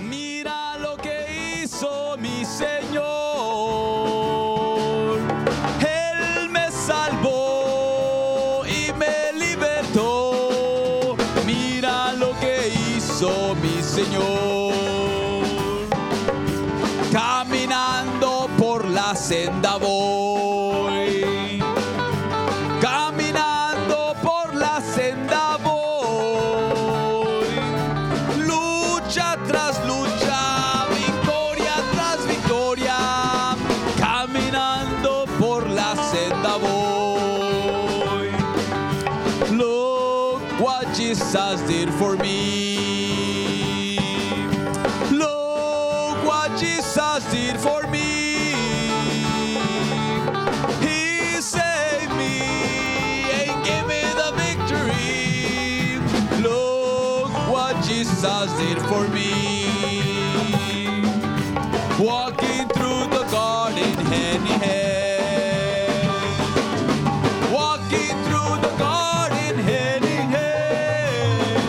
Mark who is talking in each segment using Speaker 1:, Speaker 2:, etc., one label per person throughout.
Speaker 1: Mira lo que hizo mi Señor. Él me salvó y me libertó. Mira lo que hizo mi Señor. Caminando por la senda voy. Caminando por la senda voy. Lucha tras lucha, victoria tras victoria. Caminando por la senda voy. Look what Jesus did for me. Look what Jesus did for me. He saved me and gave me the victory. Look what Jesus did for me. Walking through the garden hand in hand. Walking through the garden hand in hand.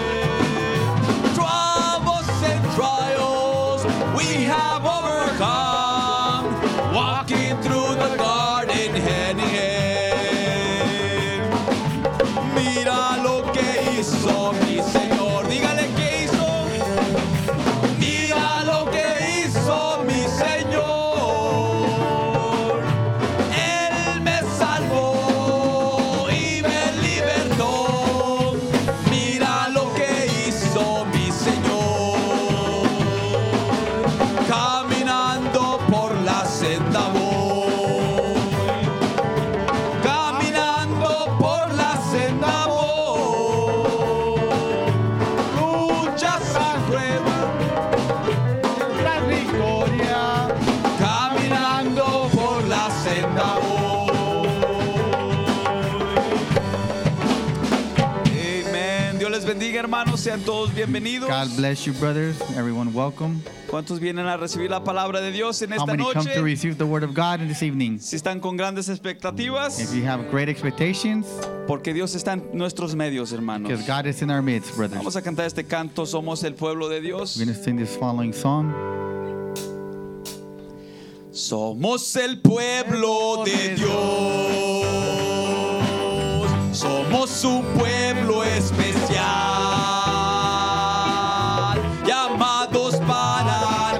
Speaker 1: Troubles and trials we have overcome. Walking through the garden hand in hand. Mira lo que hizo mi Señor. Dígale que hizo. Mira lo que hizo mi Señor. Él me salvó y me libertó. Mira lo que hizo mi Señor. Caminando por la senda voy. Caminando por la senda voy. Lucha tras prueba.
Speaker 2: Tras victoria,
Speaker 1: Caminando por la senda voy. Amén. Dios les bendiga, hermanos. Sean todos bienvenidos.
Speaker 2: God bless you, brothers. Everyone, welcome.
Speaker 1: ¿Cuántos vienen a recibir la palabra de Dios en
Speaker 2: How
Speaker 1: esta
Speaker 2: many come to
Speaker 1: noche?
Speaker 2: receive the word of God in this evening?
Speaker 1: Si están con grandes
Speaker 2: If
Speaker 1: expectativas,
Speaker 2: you have great expectations,
Speaker 1: porque Dios está en nuestros medios, hermanos.
Speaker 2: because God is in our midst, brothers.
Speaker 1: Vamos a cantar este canto, somos el pueblo de Dios.
Speaker 2: We're going to sing this following song.
Speaker 1: Somos el pueblo de Dios. Somos un pueblo especial. Llamados para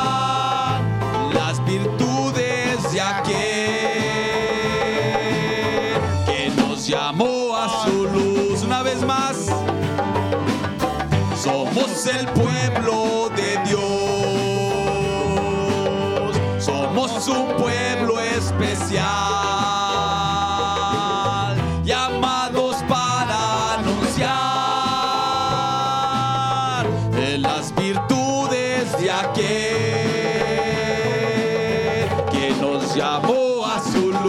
Speaker 1: anunciar las virtudes de aquel que nos llamó a su luz. Una vez más. Somos el pueblo de Dios. Somos un pueblo especial. Llamados para anunciar de las virtudes de aquel que nos llamó a su luz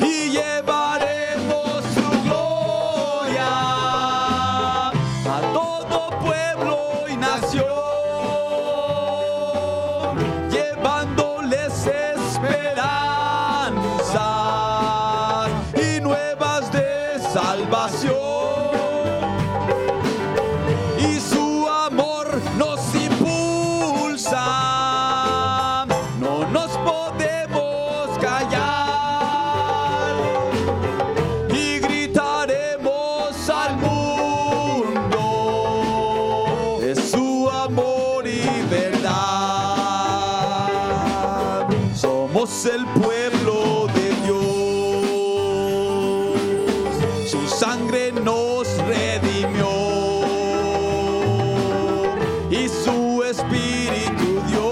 Speaker 1: y llevaremos su gloria a todo pueblo y nación, llevándoles esperanzas y nuevas de salvación y su amor nos impulsa. No nos podemos callar y gritaremos al mundo de su amor y verdad. Somos el pueblo de Dios, su sangre nos redimió y su espíritu dio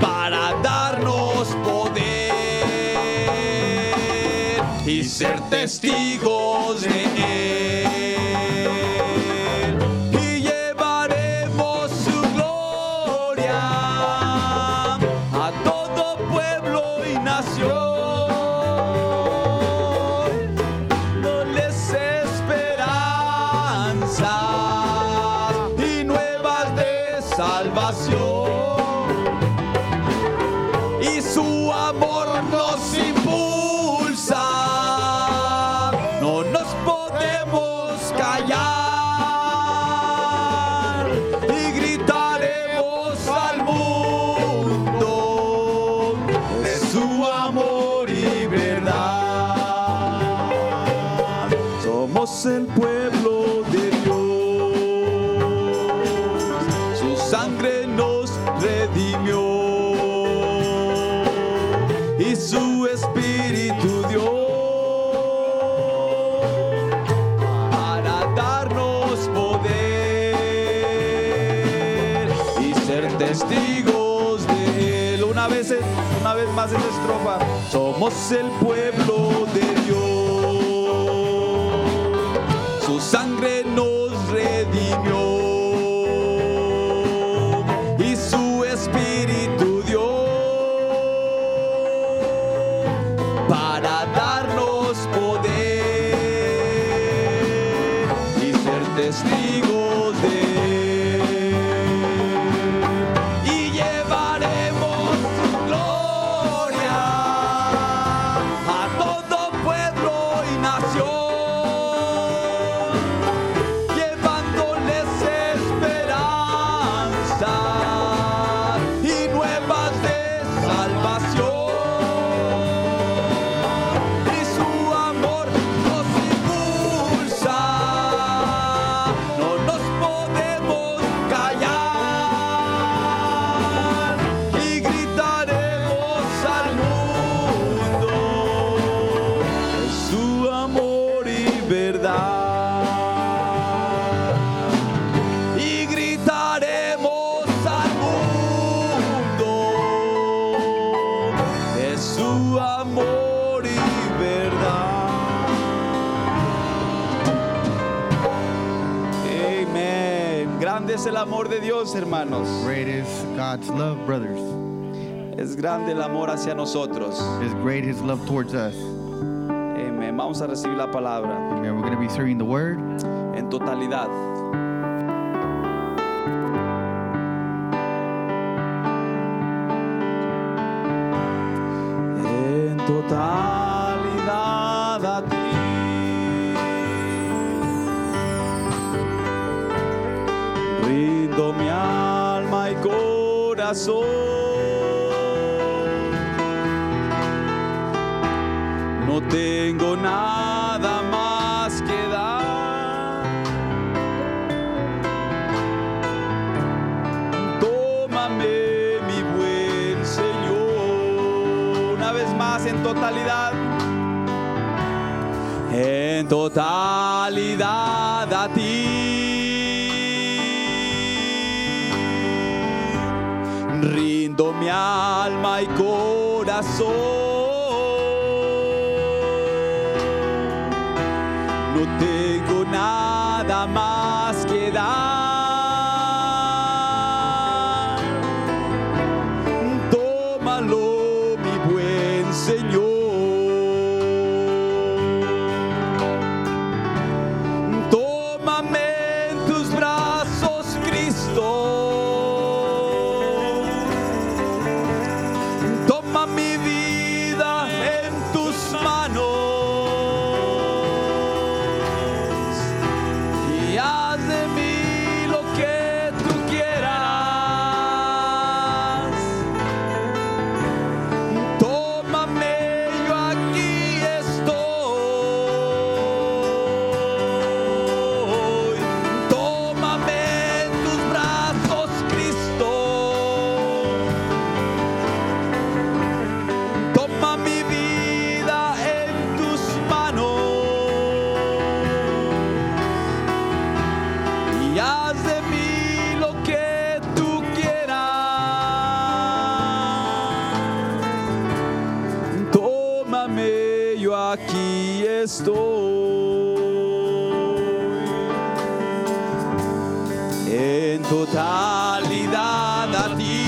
Speaker 1: para darnos poder y ser testigos de él. Y llevaremos su gloria a todo pueblo y nación. No les esperanzas y nuevas de salvación y su amor nos impulsa amor y verdad. Somos el pueblo de Dios. Su sangre nos redimió. Y su espíritu dio para darnos poder y ser testigos de él. Una vez, una vez más esa estrofa, somos el pueblo de Dios. Su sangre nos redimió y su espíritu dio para darnos poder y ser testigos de él. Y llevaremos su gloria a todo pueblo y nación, llevándoles esperanza y nuevas de salvación. Y su amor nos impulsa, no nos podemos callar y gritaremos al mundo de su amor y verdad. Y gritaremos al mundo de su amor y verdad. Amén. Grande es el amor de Dios, hermanos.
Speaker 2: Great is God's love, brothers.
Speaker 1: Es grande el amor hacia nosotros.
Speaker 2: Is great His love towards us.
Speaker 1: Amén. Vamos a recibir la palabra
Speaker 2: Amen. We're going to be serving the Word.
Speaker 1: en totalidad. En totalidad a ti. Rindo mi alma y corazón. No tengo nada más que dar. Tómame, mi buen Señor, una vez más en totalidad. En totalidad a ti rindo mi alma y corazón. No tengo nada más que dar. Tómalo, mi buen Señor. Tómame en tus brazos, Cristo. Toma mi vida en tus manos. Y haz de mí lo que tú quieras. Tómame, yo aquí estoy. Tómame en tus brazos, Cristo. Toma mi vida en tus manos. Y haz de mí lo que tú quieras. Tómame, yo aquí estoy. En totalidad a ti.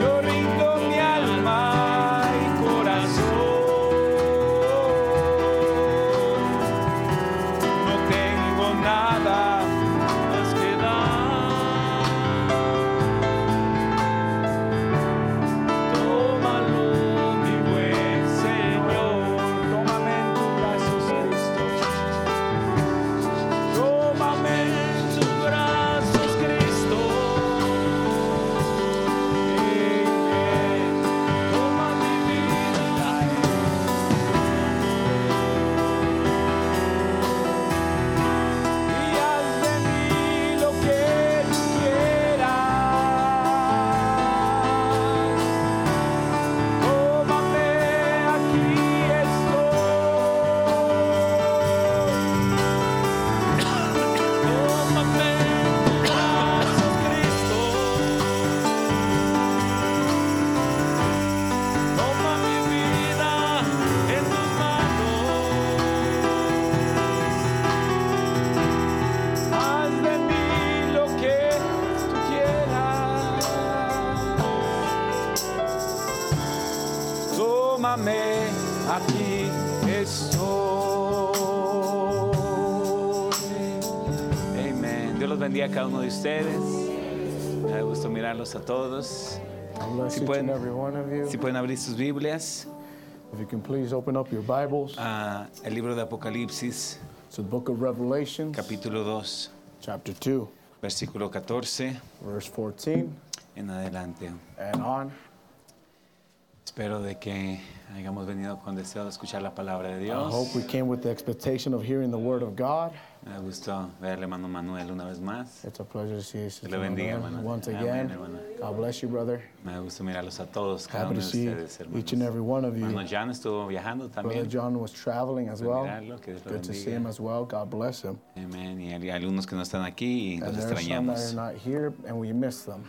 Speaker 1: Yo rindo mi alma y corazón. No tengo nada más que dar. Tómalo, mi buen Señor. Tómame en tus brazos, Cristo. tómame, aquí estoy. Amén. Dios los bendiga a cada uno de ustedes. Me da gusto mirarlos a todos.
Speaker 3: I bless
Speaker 1: Si
Speaker 3: each
Speaker 1: pueden-
Speaker 3: and every one of you.
Speaker 1: Si pueden abrir sus Biblias,
Speaker 3: If you can please open up your Bibles
Speaker 1: ah, el libro de Apocalipsis,
Speaker 3: to the book of Revelation,
Speaker 1: capítulo 2,
Speaker 3: chapter 2,
Speaker 1: versículo 14
Speaker 3: verse 14
Speaker 1: en adelante.
Speaker 3: and on.
Speaker 1: Espero de que hayamos venido con deseo de escuchar la palabra de
Speaker 3: I hope we
Speaker 1: Dios.
Speaker 3: came with the expectation of hearing the word of God.
Speaker 1: Me da gusto verle, hermano Manuel, una vez más.
Speaker 3: It's a pleasure to see you Sister
Speaker 1: le bendiga,
Speaker 3: Manuel,
Speaker 1: hermano.
Speaker 3: once
Speaker 1: Amén,
Speaker 3: again.
Speaker 1: hermano.
Speaker 3: God bless you, brother.
Speaker 1: Me da gusto mirarlos a todos, cada
Speaker 3: Happy
Speaker 1: uno
Speaker 3: to
Speaker 1: de
Speaker 3: see
Speaker 1: ustedes,
Speaker 3: each and
Speaker 1: hermanos.
Speaker 3: every one of
Speaker 1: Hermano
Speaker 3: you.
Speaker 1: Jan estuvo viajando
Speaker 3: Brother
Speaker 1: también.
Speaker 3: John was traveling as well.
Speaker 1: Mirarlo, que Dios lo
Speaker 3: Good to see
Speaker 1: bendiga.
Speaker 3: him as well. God bless him.
Speaker 1: Amén. Y hay algunos que no están aquí y los
Speaker 3: And there are some that are
Speaker 1: extrañamos.
Speaker 3: not here and we miss them.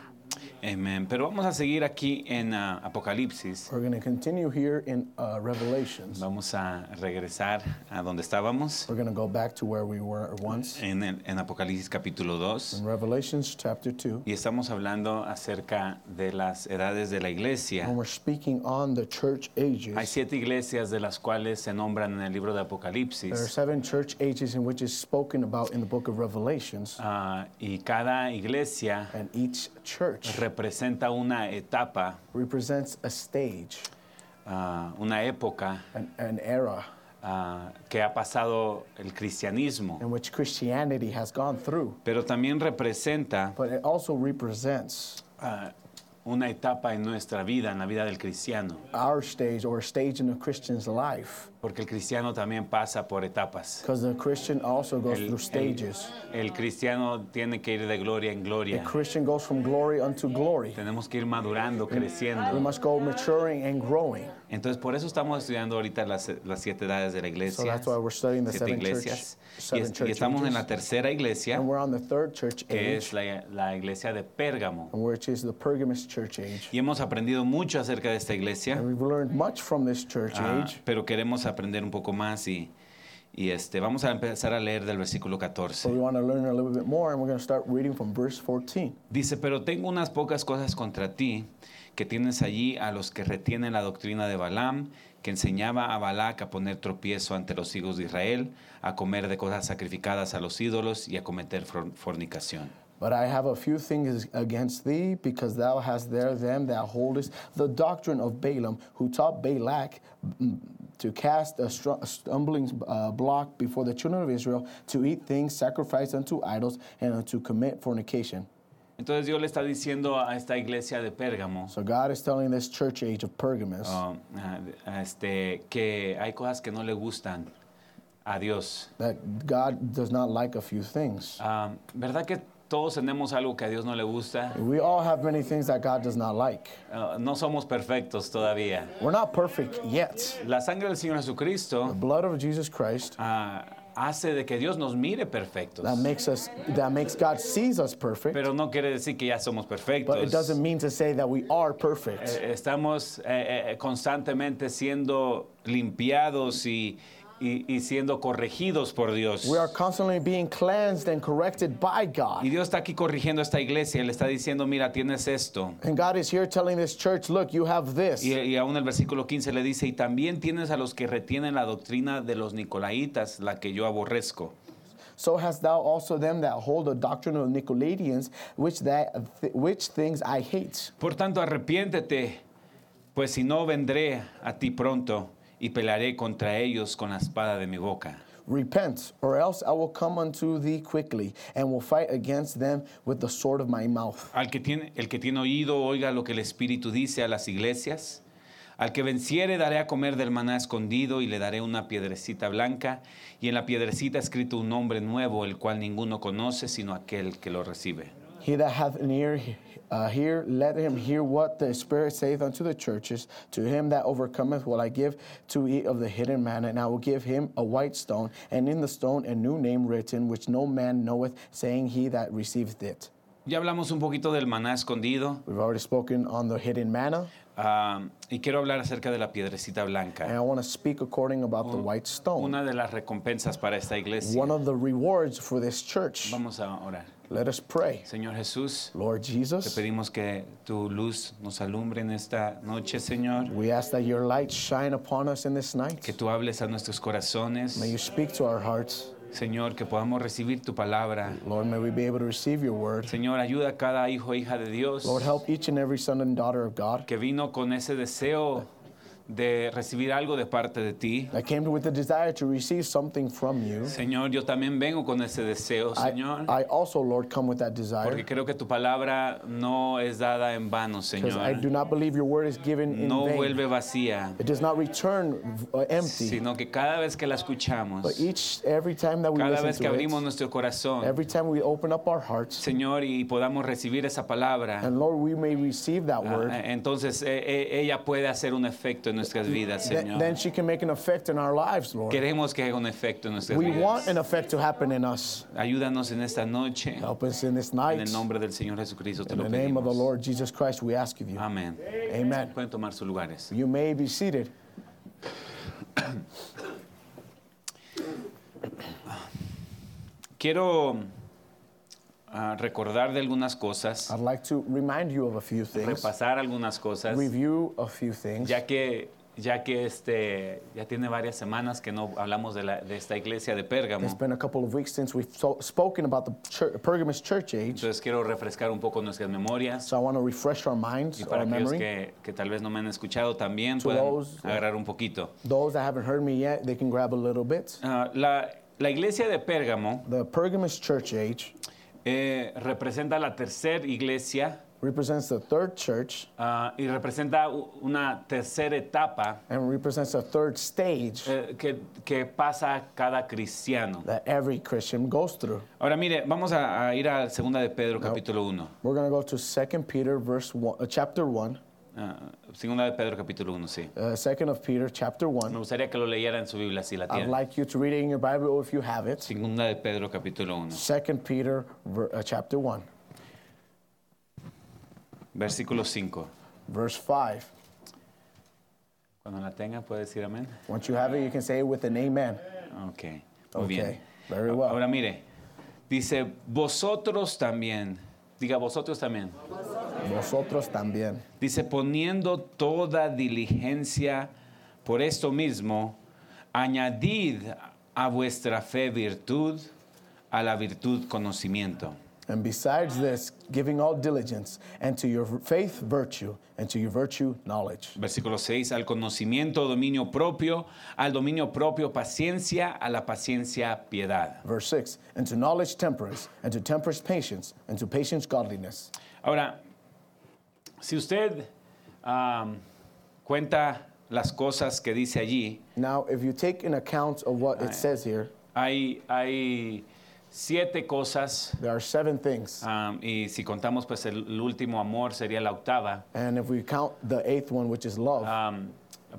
Speaker 1: Amén. Pero vamos a seguir aquí en ah, Apocalipsis.
Speaker 3: We're going to continue here in uh, Revelations.
Speaker 1: Vamos a regresar a donde estábamos,
Speaker 3: We're going to go back to where we were once.
Speaker 1: en, el- en Apocalipsis capítulo 2.
Speaker 3: In Revelations chapter 2,
Speaker 1: Y estamos hablando acerca de las edades de la
Speaker 3: when
Speaker 1: iglesia.
Speaker 3: we're speaking on the church
Speaker 1: Hay
Speaker 3: ages,
Speaker 1: siete iglesias de las cuales se nombran en el libro de
Speaker 3: there are
Speaker 1: Apocalipsis.
Speaker 3: seven church ages in which is spoken about in the book of Revelations,
Speaker 1: Ah, y cada iglesia
Speaker 3: and each church
Speaker 1: representa una etapa,
Speaker 3: represents a stage,
Speaker 1: ah, una época
Speaker 3: an, an era
Speaker 1: ah, que ha pasado el cristianismo,
Speaker 3: in which Christianity has gone through,
Speaker 1: pero también representa
Speaker 3: but it also represents
Speaker 1: ah, una etapa en nuestra vida, en la vida del cristiano,
Speaker 3: our stage or a stage in a Christian's life,
Speaker 1: porque el cristiano también pasa por etapas.
Speaker 3: because the Christian also goes
Speaker 1: El,
Speaker 3: through stages.
Speaker 1: el- el cristiano tiene que ir de gloria en
Speaker 3: The
Speaker 1: gloria.
Speaker 3: Christian goes from glory unto glory.
Speaker 1: Tenemos que ir madurando,
Speaker 3: We
Speaker 1: creciendo.
Speaker 3: must go maturing and growing.
Speaker 1: Entonces, por eso estamos estudiando ahorita las, las siete edades de la
Speaker 3: So
Speaker 1: iglesia.
Speaker 3: that's why we're studying the
Speaker 1: Siete
Speaker 3: seven church,
Speaker 1: iglesias. Y,
Speaker 3: seven
Speaker 1: es-
Speaker 3: church
Speaker 1: y estamos en
Speaker 3: ages.
Speaker 1: la tercera iglesia,
Speaker 3: And we're on the third church
Speaker 1: que
Speaker 3: age,
Speaker 1: es la, la iglesia de Pérgamo.
Speaker 3: which is the Pergamus church age.
Speaker 1: Y hemos aprendido mucho acerca de esta iglesia,
Speaker 3: And we've learned much from this church
Speaker 1: ah,
Speaker 3: age,
Speaker 1: pero queremos aprender un poco más y, y este, vamos a empezar a leer del versículo
Speaker 3: but we
Speaker 1: 14.
Speaker 3: want to learn a little bit more, and we're going to start reading from verse 14.
Speaker 1: Dice, pero tengo unas pocas cosas contra ti, que tienes allí a los que retienen la doctrina de Balaam, que enseñaba a Balac a poner tropiezo ante los hijos de Israel, a comer de cosas sacrificadas a los ídolos y a cometer for- fornicación.
Speaker 3: But I have a few things against thee, because thou hast there them that holdest the doctrine of Balaam, who taught Balak mm, to cast a str- a stumbling uh, block before the children of Israel, to eat things sacrificed unto idols, and to commit fornication.
Speaker 1: Entonces Dios le está diciendo a esta iglesia de Pérgamo,
Speaker 3: So God is telling this church age of Pergamus.
Speaker 1: um, ah, este, que hay cosas que no le gustan a Dios.
Speaker 3: that God does not like a few things.
Speaker 1: Ah, ¿Verdad que todos tenemos algo que a Dios no le gusta?
Speaker 3: We all have many things that God does not like.
Speaker 1: Ah, no somos perfectos todavía.
Speaker 3: We're not perfect yet.
Speaker 1: La sangre del Señor
Speaker 3: The
Speaker 1: Jesucristo
Speaker 3: blood of Jesus Christ
Speaker 1: ah, hace de que Dios nos mire perfectos.
Speaker 3: that makes us that makes God sees us perfect,
Speaker 1: Pero no quiere decir que ya somos
Speaker 3: but it
Speaker 1: perfectos.
Speaker 3: doesn't mean to say that we are perfect.
Speaker 1: Eh, Estamos eh, eh, constantemente siendo limpiados y, y- y siendo corregidos por Dios.
Speaker 3: We are constantly being cleansed and corrected by
Speaker 1: Y
Speaker 3: God.
Speaker 1: Dios está aquí corrigiendo a esta iglesia. Le está diciendo, mira, tienes esto.
Speaker 3: And God is here telling this church, look, you have this.
Speaker 1: Y, y aún el versículo 15 le dice, y también tienes a los que retienen la doctrina de los nicolaitas, la que yo aborrezco.
Speaker 3: So hast thou also them that hold the doctrine of Nicolaitans, which that which things I hate.
Speaker 1: Por tanto, arrepiéntete, pues si no, vendré a ti pronto y pelearé contra ellos con la espada de mi boca.
Speaker 3: Repent, or else I will come unto thee quickly, and will fight against them with the sword of my mouth.
Speaker 1: Al que tiene, el que tiene oído, oiga lo que el Espíritu dice a las iglesias. Al que venciere, daré a comer del maná escondido y le daré una piedrecita blanca. Y en la piedrecita escrito un nombre nuevo, el cual ninguno conoce sino aquel que lo recibe.
Speaker 3: He that hath an ear, he- uh, hear, let him hear what the Spirit saith unto the churches. To him that overcometh will I give to eat of the hidden manna, and I will give him a white stone, and in the stone a new name written, which no man knoweth, saying he that receiveth it.
Speaker 1: Ya hablamos un poquito del maná escondido
Speaker 3: We've already spoken on the hidden manna,
Speaker 1: ah, y quiero hablar acerca de la piedrecita
Speaker 3: and
Speaker 1: blanca,
Speaker 3: I want to speak according about the white stone,
Speaker 1: una de las recompensas para esta iglesia.
Speaker 3: one of the rewards for this church.
Speaker 1: Vamos a orar.
Speaker 3: Let us pray.
Speaker 1: Señor Jesús,
Speaker 3: Lord
Speaker 1: te
Speaker 3: Jesus,
Speaker 1: pedimos que tu luz nos alumbre en esta noche, Señor.
Speaker 3: we ask that your light shine upon us in this night.
Speaker 1: Que tú hables a nuestros
Speaker 3: May you
Speaker 1: corazones,
Speaker 3: speak to our hearts.
Speaker 1: Señor, que podamos recibir tu palabra.
Speaker 3: Lord, may we be able to receive your word.
Speaker 1: Señor, ayuda a cada hijo e hija de Dios
Speaker 3: Lord, help each and every son and daughter of God
Speaker 1: que vino con ese deseo de recibir algo de parte de ti.
Speaker 3: that came with the desire to receive something from you.
Speaker 1: Señor, yo también vengo con ese deseo,
Speaker 3: I,
Speaker 1: Señor,
Speaker 3: I also, Lord, come with that
Speaker 1: porque
Speaker 3: desire
Speaker 1: creo que tu palabra no es dada en vano,
Speaker 3: because I do
Speaker 1: Señor.
Speaker 3: not believe your word is given in
Speaker 1: No
Speaker 3: vain.
Speaker 1: vuelve vacía,
Speaker 3: It does not return uh, empty.
Speaker 1: sino que cada vez que la
Speaker 3: But
Speaker 1: escuchamos,
Speaker 3: each, every time that we
Speaker 1: cada
Speaker 3: listen
Speaker 1: vez que
Speaker 3: to
Speaker 1: abrimos
Speaker 3: it,
Speaker 1: nuestro corazón,
Speaker 3: every time we open up our hearts,
Speaker 1: Señor, y podamos recibir esa palabra,
Speaker 3: and Lord, we may receive that
Speaker 1: ah,
Speaker 3: word,
Speaker 1: entonces eh, eh, ella puede hacer un efecto en nuestras vidas,
Speaker 3: then, then
Speaker 1: Señor.
Speaker 3: she can make an effect in our lives, Lord.
Speaker 1: Queremos que haga un efecto en nuestras
Speaker 3: We want an
Speaker 1: vidas.
Speaker 3: effect to happen in us.
Speaker 1: Ayúdanos en esta noche.
Speaker 3: Help us in this
Speaker 1: En
Speaker 3: night.
Speaker 1: el nombre del Señor Jesucristo te
Speaker 3: In
Speaker 1: lo
Speaker 3: the name of the
Speaker 1: pedimos.
Speaker 3: Lord Jesus Christ, we ask of you.
Speaker 1: Amén.
Speaker 3: Amen.
Speaker 1: Pueden tomar sus lugares.
Speaker 3: You may be seated.
Speaker 1: Quiero ah, recordar de algunas cosas,
Speaker 3: I'd like to remind you of a few things,
Speaker 1: repasar algunas cosas,
Speaker 3: review a few things.
Speaker 1: ya que ya que este ya tiene varias semanas que no hablamos de, la- de esta iglesia de
Speaker 3: It's
Speaker 1: Pérgamo.
Speaker 3: been a couple of weeks since we've so- spoken about the chur Pergamus church age,
Speaker 1: Entonces quiero refrescar un poco nuestras memorias
Speaker 3: so I want to refresh our minds,
Speaker 1: y
Speaker 3: our
Speaker 1: para aquellos
Speaker 3: memory.
Speaker 1: que, que tal vez no me han escuchado también
Speaker 3: To
Speaker 1: puedan
Speaker 3: those-
Speaker 1: agarrar un poquito.
Speaker 3: Those that haven't heard me yet, they can grab a little bit.
Speaker 1: Ah, la, la iglesia de Pérgamo
Speaker 3: The Pergamus church age
Speaker 1: eh, representa la tercera iglesia
Speaker 3: represents the third church
Speaker 1: Ah, y representa u- una tercera etapa
Speaker 3: and represents the third stage
Speaker 1: eh, que, que pasa cada cristiano.
Speaker 3: that every Christian goes through.
Speaker 1: Ahora mire, vamos a, a ir a segunda de Pedro capítulo 1.
Speaker 3: We're going to go to 2 Peter verse one, uh, chapter 1,
Speaker 1: Ah, segunda de Pedro capítulo 1, sí.
Speaker 3: uh, 2nd of Peter chapter 1.
Speaker 1: Me gustaría que lo leyera en su Biblia si la
Speaker 3: I'd
Speaker 1: tiene.
Speaker 3: like you to read it in your Bible if you have it.
Speaker 1: Segunda de Pedro capítulo 1,
Speaker 3: 2 Peter ver- uh, chapter 1,
Speaker 1: versículo 5.
Speaker 3: verse 5.
Speaker 1: Cuando la tenga, puede decir amén.
Speaker 3: Once you have it, you can say it with an amen.
Speaker 1: Ok, muy
Speaker 3: Okay,
Speaker 1: bien.
Speaker 3: very well.
Speaker 1: Ahora mire, dice, vosotros también, diga vosotros también.
Speaker 3: Vosotros también.
Speaker 1: Dice, poniendo toda diligencia por esto mismo, añadid a vuestra fe virtud, a la virtud conocimiento.
Speaker 3: And besides this, giving all diligence, and to your faith, virtue, and to your virtue, knowledge.
Speaker 1: Versículo 6, al conocimiento dominio propio, al dominio propio paciencia, a la paciencia piedad.
Speaker 3: Verse 6, and to knowledge, temperance, and to temperance, patience, and to patience, godliness.
Speaker 1: Ahora, si usted am, cuenta las cosas que dice allí,
Speaker 3: Now, if you take an account of what it says here,
Speaker 1: hay, hay siete cosas
Speaker 3: there are seven things.
Speaker 1: Um, y si contamos, pues el, el último amor sería la octava.
Speaker 3: And if we count the eighth one, which is love,
Speaker 1: Um,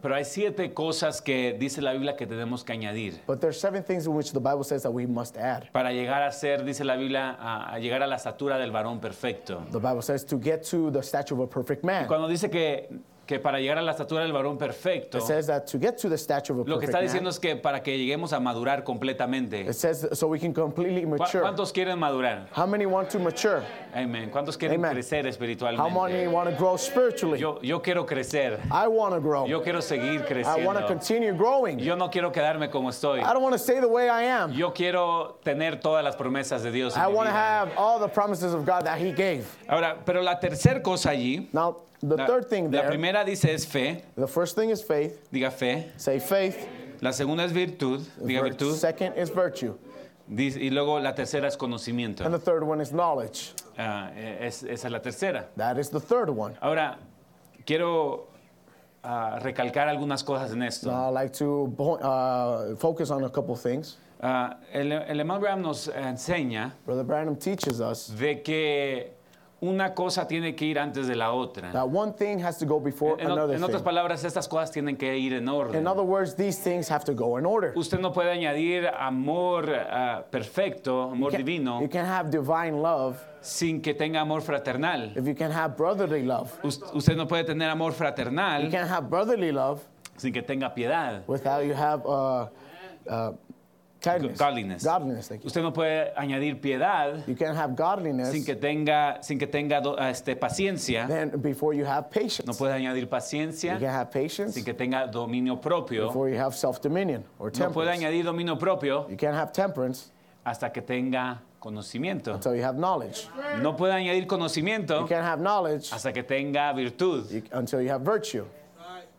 Speaker 1: pero hay siete cosas que dice la Biblia que tenemos que añadir.
Speaker 3: but there are seven things in which the Bible says that we must add.
Speaker 1: Para llegar a ser, dice la Biblia, a, a llegar a la estatura del varón perfecto.
Speaker 3: The Bible says to get to the stature of a perfect man.
Speaker 1: Cuando dice que, que para llegar a la estatura del varón perfecto,
Speaker 3: It says that to get to the stature of a
Speaker 1: lo que
Speaker 3: perfect
Speaker 1: está diciendo
Speaker 3: man,
Speaker 1: es que para que lleguemos a madurar completamente.
Speaker 3: it says so we can completely
Speaker 1: ¿Cu-
Speaker 3: mature.
Speaker 1: ¿Cuántos quieren madurar?
Speaker 3: How many want to mature?
Speaker 1: Amén. ¿Cuántos quieren
Speaker 3: Amen.
Speaker 1: crecer
Speaker 3: How many
Speaker 1: espiritualmente?
Speaker 3: want to grow spiritually?
Speaker 1: Yo, yo quiero crecer.
Speaker 3: I want to grow.
Speaker 1: Yo quiero seguir
Speaker 3: I want to
Speaker 1: creciendo.
Speaker 3: continue growing.
Speaker 1: Yo no quiero quedarme como estoy.
Speaker 3: I don't want to stay the way I am.
Speaker 1: Yo quiero tener todas las promesas de Dios. en
Speaker 3: I
Speaker 1: mi
Speaker 3: want to
Speaker 1: vida.
Speaker 3: have all the promises of God that He gave.
Speaker 1: Ahora, pero la tercera cosa allí,
Speaker 3: Now, the
Speaker 1: la,
Speaker 3: third thing
Speaker 1: la
Speaker 3: there,
Speaker 1: primera dice es fe,
Speaker 3: the first thing is faith.
Speaker 1: diga fe.
Speaker 3: Say faith.
Speaker 1: La segunda es virtud, diga
Speaker 3: Vir-
Speaker 1: virtud.
Speaker 3: Second is virtue.
Speaker 1: Dice- y luego la tercera es conocimiento.
Speaker 3: And the third one is knowledge.
Speaker 1: Ah, eh, es- esa es la tercera.
Speaker 3: That is the third one.
Speaker 1: Ahora, quiero ah, recalcar algunas cosas en esto.
Speaker 3: Now, I'd like to bo- uh, focus on a couple things.
Speaker 1: Ah, el, el hermano Graham nos enseña
Speaker 3: Brother Branham teaches us
Speaker 1: de que una cosa tiene que ir antes de la otra.
Speaker 3: that one thing has to go before
Speaker 1: En, o-
Speaker 3: another
Speaker 1: en otras
Speaker 3: thing.
Speaker 1: palabras, estas cosas tienen que ir en orden.
Speaker 3: In other words, these things have to go in order.
Speaker 1: Usted no puede añadir amor ah, perfecto, amor
Speaker 3: You can't-
Speaker 1: divino,
Speaker 3: You can have divine love
Speaker 1: sin que tenga amor fraternal.
Speaker 3: if you can have brotherly love.
Speaker 1: Us- usted no puede tener amor
Speaker 3: You
Speaker 1: fraternal
Speaker 3: can't have brotherly love
Speaker 1: sin que tenga piedad.
Speaker 3: without you have uh, uh,
Speaker 1: Pues,
Speaker 3: Kindness.
Speaker 1: Godliness.
Speaker 3: Godliness, thank you.
Speaker 1: Usted no puede añadir piedad
Speaker 3: You can't have godliness
Speaker 1: sin que tenga, sin que tenga do- este, paciencia.
Speaker 3: then before you have patience.
Speaker 1: No puede añadir
Speaker 3: you can't
Speaker 1: paciencia
Speaker 3: have patience
Speaker 1: sin que tenga dominio propio.
Speaker 3: before you have self-dominion or
Speaker 1: No puede
Speaker 3: temperance.
Speaker 1: añadir dominio propio
Speaker 3: you can't have temperance
Speaker 1: hasta que tenga conocimiento.
Speaker 3: until you have knowledge.
Speaker 1: No puede añadir
Speaker 3: You
Speaker 1: conocimiento
Speaker 3: can't have knowledge
Speaker 1: hasta que tenga virtud.
Speaker 3: you- until you have virtue.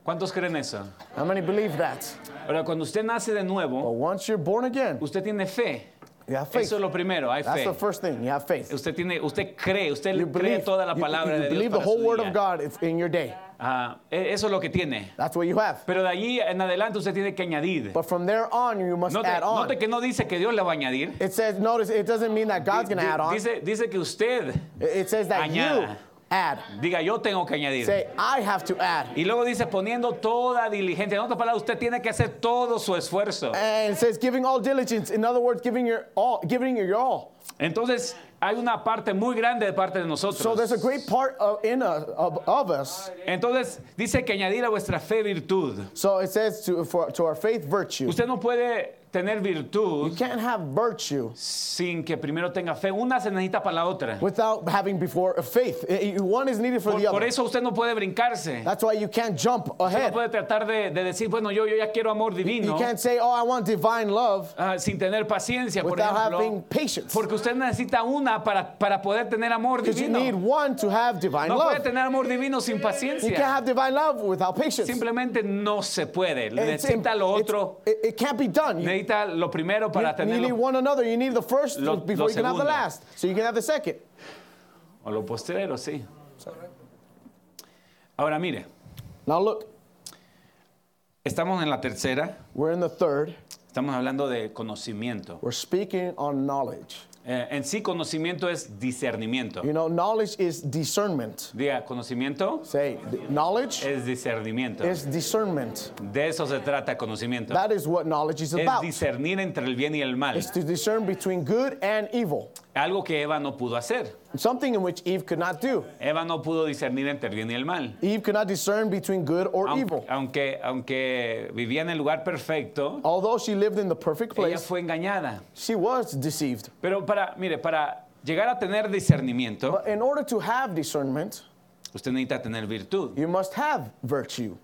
Speaker 1: ¿Cuántos creen eso?
Speaker 3: How many believe that?
Speaker 1: Ahora, cuando usted nace de
Speaker 3: But
Speaker 1: nuevo,
Speaker 3: once you're born again,
Speaker 1: usted tiene fe.
Speaker 3: you have faith.
Speaker 1: Eso es lo primero, hay
Speaker 3: That's
Speaker 1: fe.
Speaker 3: the first thing. You have faith.
Speaker 1: Usted tiene, usted cree, usted
Speaker 3: You
Speaker 1: cree
Speaker 3: believe,
Speaker 1: toda la
Speaker 3: you-
Speaker 1: palabra
Speaker 3: you
Speaker 1: de Dios
Speaker 3: believe the
Speaker 1: para
Speaker 3: whole
Speaker 1: su
Speaker 3: word
Speaker 1: día.
Speaker 3: of God it's in your day.
Speaker 1: Ah, e- eso es lo que tiene.
Speaker 3: That's what you have.
Speaker 1: Pero de allí en adelante usted tiene que añadir.
Speaker 3: But from there on, you must
Speaker 1: Note,
Speaker 3: add on.
Speaker 1: note que no dice que Dios le va a añadir.
Speaker 3: It says, notice, it doesn't mean that God's going to
Speaker 1: Di-
Speaker 3: add on. It
Speaker 1: Dice, dice que usted
Speaker 3: it says that
Speaker 1: Añada.
Speaker 3: you add.
Speaker 1: diga yo tengo que añadir.
Speaker 3: Say, I have to add.
Speaker 1: Y luego dice poniendo toda diligencia. En otras palabras, usted tiene que hacer todo su esfuerzo.
Speaker 3: And it says giving all diligence. In other words, giving your all, giving your all.
Speaker 1: Entonces, hay una parte muy grande de parte de
Speaker 3: So there's a
Speaker 1: nosotros.
Speaker 3: great part of, in us, of, of us.
Speaker 1: Entonces, dice que añadir a vuestra fe virtud.
Speaker 3: So it says to, for, to our faith, virtue.
Speaker 1: Usted no puede tener
Speaker 3: You
Speaker 1: virtud
Speaker 3: can't have virtue
Speaker 1: sin que primero tenga fe. Una se necesita para la otra.
Speaker 3: without having before faith. I- I- One is needed for
Speaker 1: Por,
Speaker 3: the
Speaker 1: por
Speaker 3: other.
Speaker 1: eso usted no puede brincarse.
Speaker 3: That's why you can't jump
Speaker 1: Usted no
Speaker 3: ahead.
Speaker 1: puede tratar de, de decir, bueno, yo, yo ya quiero amor
Speaker 3: You
Speaker 1: divino
Speaker 3: can't say, oh, I want divine love
Speaker 1: ah, sin tener paciencia, por
Speaker 3: without having
Speaker 1: ejemplo.
Speaker 3: patience.
Speaker 1: Porque usted necesita una para, para poder tener amor
Speaker 3: Because you need
Speaker 1: divino.
Speaker 3: one to have divine
Speaker 1: No puede
Speaker 3: love.
Speaker 1: tener amor divino sin
Speaker 3: You can't
Speaker 1: paciencia.
Speaker 3: have divine love without patience.
Speaker 1: Simplemente no se puede.
Speaker 3: It's
Speaker 1: Necesita
Speaker 3: im-
Speaker 1: lo
Speaker 3: it's-
Speaker 1: otro.
Speaker 3: It, it can't be done. You,
Speaker 1: Necesita lo primero para
Speaker 3: you need
Speaker 1: tenerlo.
Speaker 3: one another. You need the first
Speaker 1: Lo-
Speaker 3: before
Speaker 1: lo
Speaker 3: you can have the
Speaker 1: segundo.
Speaker 3: last. So you can have the second.
Speaker 1: O lo postrero, sí. Ahora mire,
Speaker 3: Now look,
Speaker 1: estamos en la tercera,
Speaker 3: we're in the third.
Speaker 1: estamos hablando de conocimiento.
Speaker 3: We're speaking on knowledge.
Speaker 1: Eh, en sí, conocimiento es discernimiento.
Speaker 3: You know, knowledge is discernment.
Speaker 1: Diga, conocimiento
Speaker 3: Say, th- knowledge
Speaker 1: es discernimiento.
Speaker 3: is discernment.
Speaker 1: De eso se trata conocimiento.
Speaker 3: That is what knowledge is
Speaker 1: Es
Speaker 3: about.
Speaker 1: discernir entre el bien y el mal.
Speaker 3: It's to discern between good and evil.
Speaker 1: Algo que Eva no pudo hacer.
Speaker 3: Something in which Eve could not do.
Speaker 1: Eva no pudo discernir entre el bien y el mal.
Speaker 3: Eve could not discern between good or
Speaker 1: Aunque,
Speaker 3: evil.
Speaker 1: aunque, aunque vivía en el lugar perfecto,
Speaker 3: Although she lived in the perfect
Speaker 1: ella
Speaker 3: place,
Speaker 1: fue engañada.
Speaker 3: she was deceived.
Speaker 1: Pero para, mire, para llegar a tener discernimiento,
Speaker 3: But in order to have discernment,
Speaker 1: usted necesita tener virtud.
Speaker 3: you must have virtue.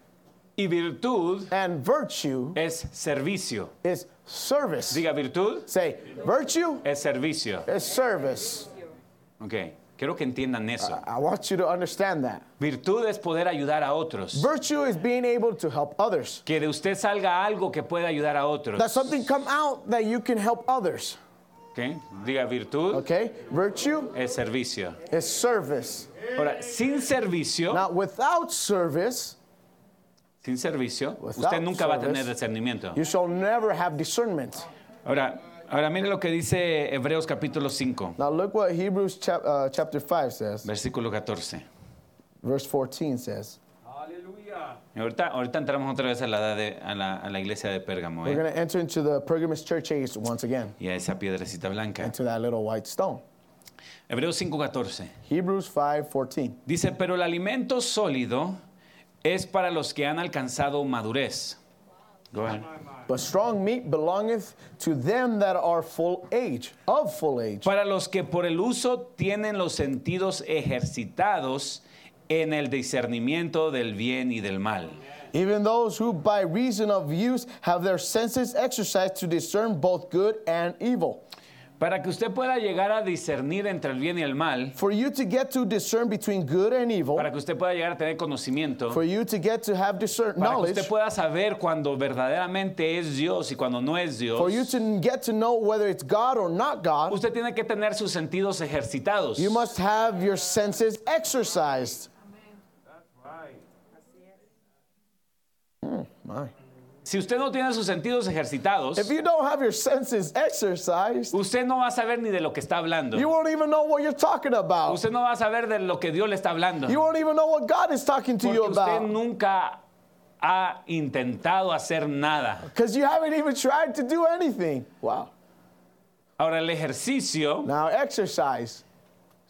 Speaker 1: Y virtud
Speaker 3: And virtue
Speaker 1: es servicio.
Speaker 3: is service.
Speaker 1: Diga, virtud
Speaker 3: Say, virtue
Speaker 1: es servicio.
Speaker 3: is service.
Speaker 1: Ok, quiero que entiendan eso.
Speaker 3: I want you to understand that.
Speaker 1: Virtud es poder ayudar a otros.
Speaker 3: Virtue is being able to help others.
Speaker 1: Que de usted salga algo que pueda ayudar a otros.
Speaker 3: That something come out that you can help others.
Speaker 1: Ok, diga, virtud
Speaker 3: Okay? Virtue
Speaker 1: es servicio.
Speaker 3: is service.
Speaker 1: Ahora, sin servicio,
Speaker 3: Now, without service,
Speaker 1: sin servicio,
Speaker 3: Without
Speaker 1: usted nunca va a tener
Speaker 3: service.
Speaker 1: discernimiento.
Speaker 3: you shall never have discernment.
Speaker 1: Ahora, ahora mire lo que dice Hebreos capítulo 5,
Speaker 3: Now, look what Hebrews chap- uh, chapter 5 says,
Speaker 1: versículo 14.
Speaker 3: verse 14 says.
Speaker 1: Y Ahorita, ahorita entramos otra vez a la, edad de- a la, a la iglesia de Pérgamo
Speaker 3: We're
Speaker 1: ¿eh?
Speaker 3: going to enter into the Pergamus church age once again,
Speaker 1: y a esa piedrecita blanca.
Speaker 3: into that little white stone.
Speaker 1: Hebreos 5:14.
Speaker 3: Hebrews 5 14.
Speaker 1: Dice, pero el alimento sólido es para los que han alcanzado madurez. Go ahead.
Speaker 3: But strong meat belongeth to them that are full age, of full age,
Speaker 1: Para los que por el uso tienen los sentidos ejercitados en el discernimiento del bien y del mal.
Speaker 3: even those who by reason of use have their senses exercised to discern both good and evil.
Speaker 1: Para que usted pueda llegar a discernir entre el bien y el mal,
Speaker 3: For you to get to discern between good and evil,
Speaker 1: para que usted pueda llegar a tener conocimiento,
Speaker 3: for you to get to have discern
Speaker 1: para que
Speaker 3: knowledge,
Speaker 1: usted pueda saber cuando verdaderamente es Dios y cuando no es Dios,
Speaker 3: for you to get to know whether it's God or not God,
Speaker 1: usted tiene que tener sus sentidos ejercitados.
Speaker 3: you must have your senses exercised. Hmm, my.
Speaker 1: Si usted no tiene sus sentidos ejercitados,
Speaker 3: If you don't have your senses exercised,
Speaker 1: usted no va a saber ni de lo que está hablando.
Speaker 3: you won't even know what you're talking about.
Speaker 1: Usted no va a saber de lo que Dios le está hablando.
Speaker 3: You won't even know what God is talking to
Speaker 1: Porque
Speaker 3: you
Speaker 1: usted
Speaker 3: about.
Speaker 1: nunca ha intentado hacer nada.
Speaker 3: Because you haven't even tried to do anything. Wow.
Speaker 1: Ahora, el ejercicio
Speaker 3: Now, exercise.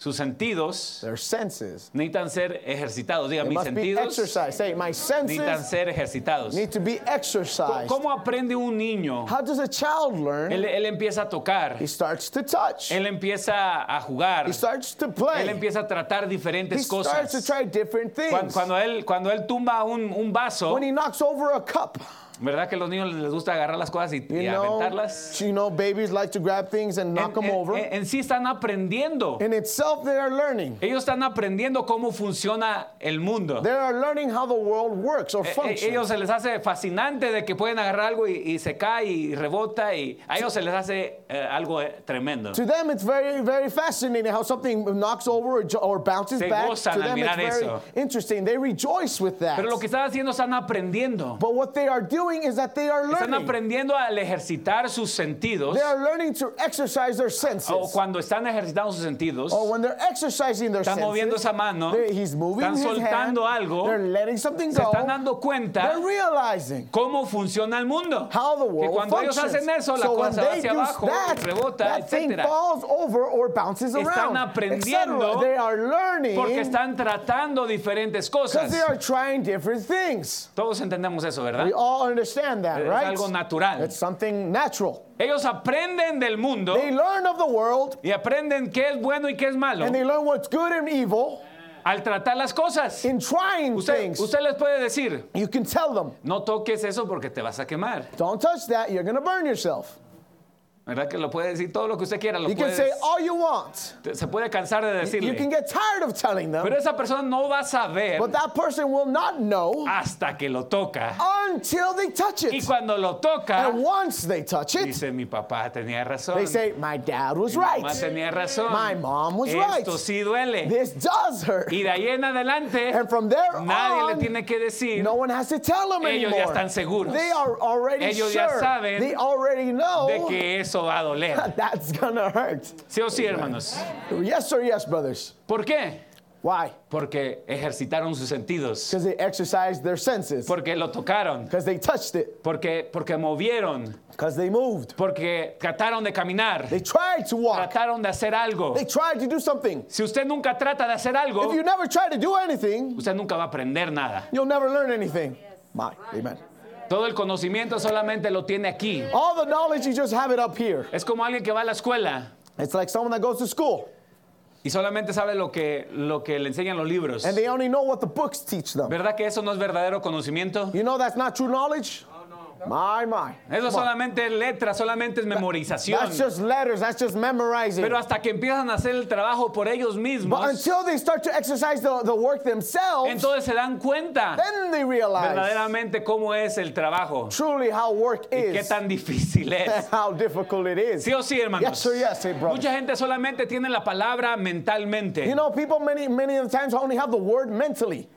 Speaker 1: Sus sentidos
Speaker 3: their senses.
Speaker 1: necesitan ser ejercitados. Diga,
Speaker 3: They
Speaker 1: mis
Speaker 3: must be
Speaker 1: sentidos
Speaker 3: exercised. Say, my
Speaker 1: necesitan
Speaker 3: senses
Speaker 1: ser ejercitados.
Speaker 3: need to be exercised.
Speaker 1: ¿Cómo aprende un niño?
Speaker 3: How does a child
Speaker 1: Él,
Speaker 3: learn?
Speaker 1: él empieza a tocar,
Speaker 3: He starts to touch.
Speaker 1: él empieza a jugar,
Speaker 3: He starts to
Speaker 1: él
Speaker 3: play.
Speaker 1: empieza a tratar
Speaker 3: He
Speaker 1: diferentes
Speaker 3: starts to
Speaker 1: cosas.
Speaker 3: try different
Speaker 1: Cuan-
Speaker 3: things.
Speaker 1: Cuando él, cuando él tumba un, un vaso,
Speaker 3: When he knocks over a cup,
Speaker 1: ¿verdad que a los niños les gusta agarrar las cosas y,
Speaker 3: you
Speaker 1: y
Speaker 3: know,
Speaker 1: aventarlas?
Speaker 3: you know, babies like to grab things and knock
Speaker 1: En,
Speaker 3: them
Speaker 1: en-
Speaker 3: over.
Speaker 1: en- en sí están aprendiendo.
Speaker 3: In itself, they are learning.
Speaker 1: Ellos están aprendiendo cómo funciona el mundo.
Speaker 3: They are learning how the world works or
Speaker 1: E- e- ellos
Speaker 3: functions.
Speaker 1: se les hace fascinante de que pueden agarrar algo y, y se cae y rebota y a ellos se les hace eh, algo eh, tremendo.
Speaker 3: To them, it's very, very fascinating how something knocks over or, jo- or bounces
Speaker 1: Se
Speaker 3: back.
Speaker 1: gozan al
Speaker 3: To them,
Speaker 1: mirar
Speaker 3: it's very
Speaker 1: eso.
Speaker 3: interesting. They rejoice with that.
Speaker 1: Pero lo que están haciendo están aprendiendo.
Speaker 3: But what they are doing is that they are
Speaker 1: Están
Speaker 3: learning.
Speaker 1: aprendiendo al ejercitar sus sentidos
Speaker 3: They are learning to exercise their senses.
Speaker 1: o Oh, cuando están ejercitando sus sentidos.
Speaker 3: Or when they're exercising their
Speaker 1: Están
Speaker 3: senses,
Speaker 1: moviendo esa mano,
Speaker 3: they- he's moving
Speaker 1: están
Speaker 3: his hand,
Speaker 1: soltando algo,
Speaker 3: they're letting something
Speaker 1: Se
Speaker 3: go,
Speaker 1: están dando cuenta
Speaker 3: Oh, they're realizing
Speaker 1: cómo funciona el mundo.
Speaker 3: how the
Speaker 1: Que
Speaker 3: world
Speaker 1: cuando ellos
Speaker 3: functions.
Speaker 1: hacen eso, la
Speaker 3: so when
Speaker 1: cosa va
Speaker 3: they
Speaker 1: hacia
Speaker 3: do
Speaker 1: abajo,
Speaker 3: that,
Speaker 1: rebota,
Speaker 3: that thing
Speaker 1: etcétera.
Speaker 3: falls over or bounces
Speaker 1: Están
Speaker 3: around,
Speaker 1: aprendiendo
Speaker 3: etc. They are learning
Speaker 1: Porque están tratando diferentes
Speaker 3: because
Speaker 1: cosas.
Speaker 3: they are trying different things.
Speaker 1: Todos entendemos eso, ¿verdad?
Speaker 3: We all understand that,
Speaker 1: Es
Speaker 3: right?
Speaker 1: algo natural.
Speaker 3: It's something natural.
Speaker 1: Ellos aprenden del mundo
Speaker 3: They learn of the world
Speaker 1: y aprenden qué es bueno y qué es malo
Speaker 3: and they learn what's good and evil
Speaker 1: al tratar las cosas.
Speaker 3: in trying
Speaker 1: Usted,
Speaker 3: things.
Speaker 1: usted les puede decir,
Speaker 3: You can tell them,
Speaker 1: no toques eso porque te vas a quemar.
Speaker 3: don't touch that, you're going to burn yourself.
Speaker 1: ¿Verdad que lo puede decir todo lo que usted quiera? Lo
Speaker 3: You can
Speaker 1: puede
Speaker 3: say
Speaker 1: des-
Speaker 3: all you want.
Speaker 1: te- se puede cansar de
Speaker 3: You can
Speaker 1: decirle.
Speaker 3: get tired of telling them,
Speaker 1: Pero esa persona no va a saber
Speaker 3: but that person will not know
Speaker 1: hasta que lo toca.
Speaker 3: until they touch
Speaker 1: Ah. Y
Speaker 3: it.
Speaker 1: cuando lo toca,
Speaker 3: And once they touch it,
Speaker 1: dice mi papá tenía razón.
Speaker 3: Ah, they say, My dad was
Speaker 1: Mi mamá
Speaker 3: right.
Speaker 1: tenía razón.
Speaker 3: My mom was right.
Speaker 1: Esto sí duele.
Speaker 3: This does hurt.
Speaker 1: Y de ahí en adelante,
Speaker 3: And from there
Speaker 1: nadie le
Speaker 3: on,
Speaker 1: tiene que decir.
Speaker 3: no one has to tell them
Speaker 1: Ellos ya
Speaker 3: anymore.
Speaker 1: están seguros.
Speaker 3: They are already
Speaker 1: Ellos ya
Speaker 3: sure.
Speaker 1: saben
Speaker 3: They already
Speaker 1: de
Speaker 3: know
Speaker 1: que eso va a doler.
Speaker 3: that's gonna hurt.
Speaker 1: Sí o sí, hermanos.
Speaker 3: Yes or yes, brothers.
Speaker 1: ¿Por qué?
Speaker 3: Why?
Speaker 1: Porque ejercitaron sus sentidos,
Speaker 3: Because they exercised their senses.
Speaker 1: porque lo tocaron,
Speaker 3: Because they touched it.
Speaker 1: porque, porque movieron,
Speaker 3: Because they moved.
Speaker 1: porque trataron de caminar,
Speaker 3: They tried to walk.
Speaker 1: trataron de hacer algo.
Speaker 3: They tried to do something.
Speaker 1: Si usted nunca trata de hacer algo,
Speaker 3: If you never try to do anything,
Speaker 1: usted nunca va a aprender nada.
Speaker 3: you'll never learn anything. My, amen.
Speaker 1: Todo el conocimiento solamente lo tiene aquí.
Speaker 3: All the knowledge, you just have it up here.
Speaker 1: Es como alguien que va a la escuela
Speaker 3: It's like someone that goes to school
Speaker 1: y solamente sabe lo que, lo que le enseñan los libros.
Speaker 3: and they only know what the books teach them.
Speaker 1: ¿Verdad que eso no es verdadero conocimiento?
Speaker 3: You know that's not true knowledge? My, my.
Speaker 1: Oh, Eso es solamente es letra, solamente es memorización.
Speaker 3: That's just letters, that's just memorizing.
Speaker 1: Pero hasta que empiezan a hacer el trabajo por ellos
Speaker 3: But
Speaker 1: mismos,
Speaker 3: until they start to exercise the, the work themselves,
Speaker 1: entonces se dan cuenta
Speaker 3: then they realize
Speaker 1: verdaderamente cómo es el trabajo,
Speaker 3: truly how work
Speaker 1: qué
Speaker 3: is
Speaker 1: tan difícil
Speaker 3: and
Speaker 1: es.
Speaker 3: how difficult it is.
Speaker 1: Sí o sí, hermanos.
Speaker 3: Yes or yes, hey, brothers.
Speaker 1: Mucha gente solamente tiene la palabra mentalmente.
Speaker 3: You know, people many many of the times only have the word mentally.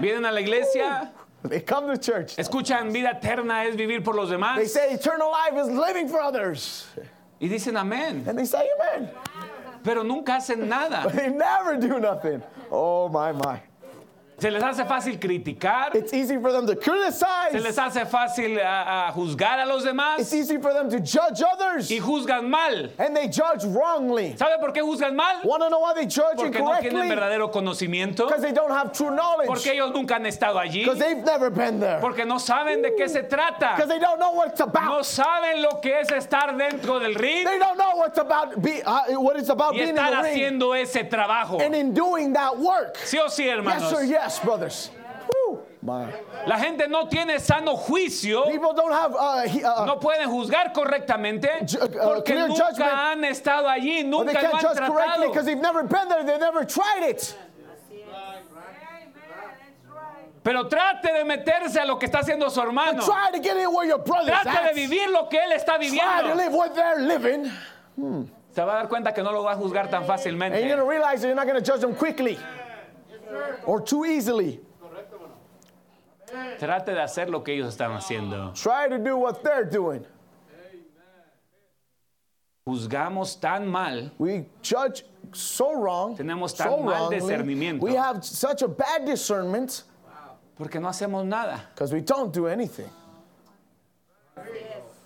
Speaker 1: Vienen a la iglesia,
Speaker 3: They come to church.
Speaker 1: escuchan vida eterna es vivir por los
Speaker 3: They
Speaker 1: demás
Speaker 3: say eternal life is living for others.
Speaker 1: y dicen amén,
Speaker 3: And they say amen.
Speaker 1: pero nunca hacen nada.
Speaker 3: They never do nothing. Oh my my.
Speaker 1: Se les hace fácil criticar,
Speaker 3: It's easy for them to
Speaker 1: se
Speaker 3: criticize.
Speaker 1: les hace fácil a- a juzgar a los
Speaker 3: It's
Speaker 1: demás
Speaker 3: easy for them to judge others.
Speaker 1: y juzgan mal.
Speaker 3: And they judge wrongly.
Speaker 1: ¿Sabe por qué juzgan mal?
Speaker 3: Want to know why they judge
Speaker 1: Porque no
Speaker 3: incorrectly?
Speaker 1: tienen verdadero conocimiento.
Speaker 3: Because they don't have true knowledge.
Speaker 1: Porque ellos nunca han estado allí.
Speaker 3: Because they've never been there.
Speaker 1: Porque no saben de qué se
Speaker 3: Because
Speaker 1: trata.
Speaker 3: they don't know what it's
Speaker 1: No
Speaker 3: about.
Speaker 1: saben lo que es estar dentro del ring
Speaker 3: They don't know what's about be, uh, what it's about
Speaker 1: y
Speaker 3: being in the
Speaker 1: estar
Speaker 3: ring
Speaker 1: haciendo ese trabajo.
Speaker 3: and in doing that work.
Speaker 1: Sí o sí,
Speaker 3: Yes
Speaker 1: hermanos.
Speaker 3: or yes, brothers. Woo. My.
Speaker 1: La gente no tiene sano juicio.
Speaker 3: People don't have uh, he- uh,
Speaker 1: No pueden juzgar correctamente
Speaker 3: Ju- uh,
Speaker 1: porque
Speaker 3: clear judgment.
Speaker 1: nunca han estado allí,
Speaker 3: or uh,
Speaker 1: nunca
Speaker 3: they
Speaker 1: lo
Speaker 3: can't
Speaker 1: han
Speaker 3: judge correctly
Speaker 1: tratado.
Speaker 3: because they've never been there. They've never tried it.
Speaker 1: Pero trate de meterse a lo que está haciendo su hermano.
Speaker 3: Try to get in where your brother's
Speaker 1: Trate de
Speaker 3: at.
Speaker 1: vivir lo que él está
Speaker 3: Try to
Speaker 1: viviendo.
Speaker 3: live what they're living.
Speaker 1: Se va a dar cuenta que no lo va a juzgar tan
Speaker 3: And you're
Speaker 1: fácilmente.
Speaker 3: going to realize that you're not going to judge them quickly or too easily.
Speaker 1: Trate de hacer lo que ellos están haciendo.
Speaker 3: Try to do what they're doing.
Speaker 1: Juzgamos tan mal
Speaker 3: We judge so wrong.
Speaker 1: Tenemos tan
Speaker 3: so
Speaker 1: mal
Speaker 3: wrongly.
Speaker 1: discernimiento.
Speaker 3: We have such a bad discernment
Speaker 1: porque no hacemos nada.
Speaker 3: because we don't do anything.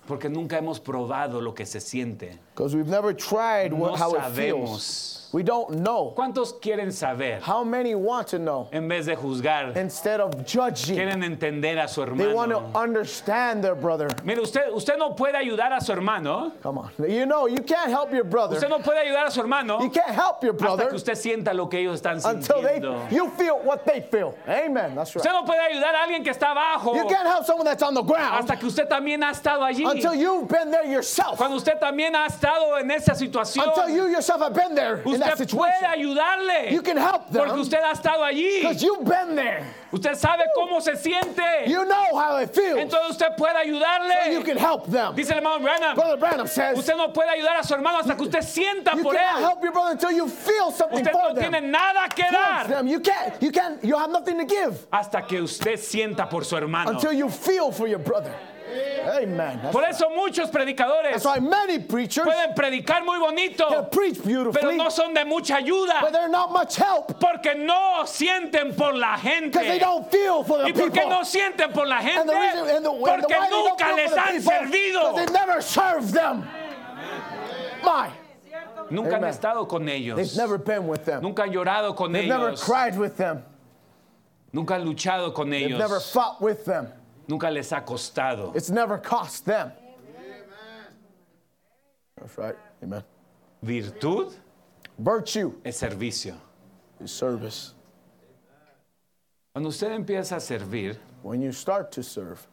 Speaker 1: Porque nunca hemos probado lo que se siente.
Speaker 3: Because we've never tried what,
Speaker 1: No
Speaker 3: how it
Speaker 1: sabemos.
Speaker 3: feels. We don't know.
Speaker 1: ¿Cuántos quieren saber
Speaker 3: How many want to know
Speaker 1: en vez de juzgar?
Speaker 3: instead of judging?
Speaker 1: Quieren entender a su
Speaker 3: They want to
Speaker 1: hermano.
Speaker 3: understand their brother.
Speaker 1: Mire, usted, usted no puede ayudar a su hermano.
Speaker 3: Come on. You know, you can't help your brother.
Speaker 1: Usted no puede ayudar a su hermano
Speaker 3: You can't help your
Speaker 1: hasta que
Speaker 3: brother
Speaker 1: usted sienta lo que ellos están
Speaker 3: until they
Speaker 1: sintiendo.
Speaker 3: you feel what they feel. Amen. That's
Speaker 1: Usted
Speaker 3: right.
Speaker 1: no puede ayudar a alguien que está abajo
Speaker 3: You can't help someone that's on the ground
Speaker 1: hasta que usted también ha estado allí.
Speaker 3: until you've been there yourself.
Speaker 1: Cuando usted también ha estado en esa situación,
Speaker 3: Until you yourself have been there in that
Speaker 1: usted puede
Speaker 3: situation.
Speaker 1: ayudarle
Speaker 3: You can help
Speaker 1: porque
Speaker 3: them
Speaker 1: usted ha estado allí.
Speaker 3: because you've been there.
Speaker 1: Usted sabe cómo se siente.
Speaker 3: You know how it feels.
Speaker 1: Entonces usted puede
Speaker 3: So you
Speaker 1: ayudarle.
Speaker 3: can help them.
Speaker 1: Dice el hermano Branham,
Speaker 3: Brother Branham says,
Speaker 1: usted no puede ayudar a su hermano hasta que usted sienta
Speaker 3: you
Speaker 1: por
Speaker 3: cannot
Speaker 1: él.
Speaker 3: help your brother until you feel something
Speaker 1: Usted
Speaker 3: for
Speaker 1: no
Speaker 3: them.
Speaker 1: tiene nada que
Speaker 3: Towards
Speaker 1: dar
Speaker 3: them. You can't, you can't, you have nothing to give
Speaker 1: hasta que usted sienta por su hermano.
Speaker 3: until you feel for your brother. Amen. That's,
Speaker 1: Por eso muchos predicadores
Speaker 3: that's why many preachers
Speaker 1: pueden predicar muy
Speaker 3: can
Speaker 1: bonito,
Speaker 3: preach
Speaker 1: pero
Speaker 3: beautifully,
Speaker 1: no son de mucha
Speaker 3: but
Speaker 1: ayuda
Speaker 3: they're not much help
Speaker 1: porque no sienten por la
Speaker 3: because they
Speaker 1: gente.
Speaker 3: don't feel for the
Speaker 1: ¿Y
Speaker 3: people.
Speaker 1: por qué no sienten por la gente?
Speaker 3: and the reason, and the, and the
Speaker 1: Porque
Speaker 3: why they don't
Speaker 1: nunca
Speaker 3: feel
Speaker 1: les
Speaker 3: for the
Speaker 1: han
Speaker 3: people,
Speaker 1: servido.
Speaker 3: 'cause they never served them. My,
Speaker 1: Nunca han
Speaker 3: Amen.
Speaker 1: estado con ellos.
Speaker 3: they've never been with them.
Speaker 1: Nunca han llorado con
Speaker 3: They've never
Speaker 1: ellos.
Speaker 3: cried with them.
Speaker 1: Nunca han luchado con
Speaker 3: They've never
Speaker 1: ellos.
Speaker 3: fought with them.
Speaker 1: Nunca les ha costado.
Speaker 3: It's never cost them. That's right. Amen.
Speaker 1: Virtud
Speaker 3: Virtue
Speaker 1: es servicio.
Speaker 3: is service.
Speaker 1: Cuando usted empieza a servir,
Speaker 3: When you start to serve,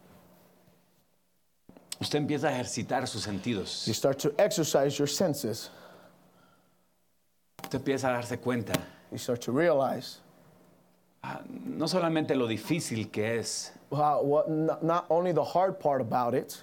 Speaker 1: usted empieza a ejercitar sus
Speaker 3: you
Speaker 1: sentidos.
Speaker 3: start to exercise your senses.
Speaker 1: Usted empieza a darse cuenta
Speaker 3: You start to realize
Speaker 1: ah, no solamente lo difícil que es
Speaker 3: how, what, not, not only the hard part about it,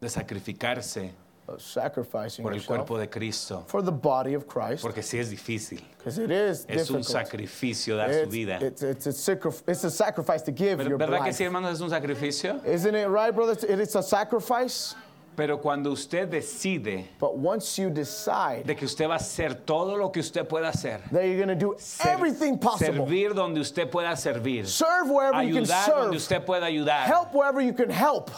Speaker 1: de sacrificarse
Speaker 3: of sacrificing
Speaker 1: por el
Speaker 3: yourself
Speaker 1: cuerpo de Cristo,
Speaker 3: for the body of Christ,
Speaker 1: porque sí es difícil.
Speaker 3: because it is
Speaker 1: Es un
Speaker 3: difficult.
Speaker 1: sacrificio dar su
Speaker 3: It's,
Speaker 1: vida.
Speaker 3: it's, it's, a sacri- it's a sacrifice to give
Speaker 1: Ver-
Speaker 3: your
Speaker 1: ¿Verdad que
Speaker 3: life.
Speaker 1: sí, hermanos, es un sacrificio?
Speaker 3: Isn't it right, brothers? It is a sacrifice,
Speaker 1: Pero cuando usted decide
Speaker 3: but once you decide
Speaker 1: de que usted va a hacer todo lo que usted pueda hacer,
Speaker 3: that you're going to do
Speaker 1: ser-
Speaker 3: everything possible,
Speaker 1: servir donde usted pueda servir,
Speaker 3: serve wherever you can
Speaker 1: ayudar donde
Speaker 3: serve,
Speaker 1: usted pueda ayudar.
Speaker 3: help wherever you can help,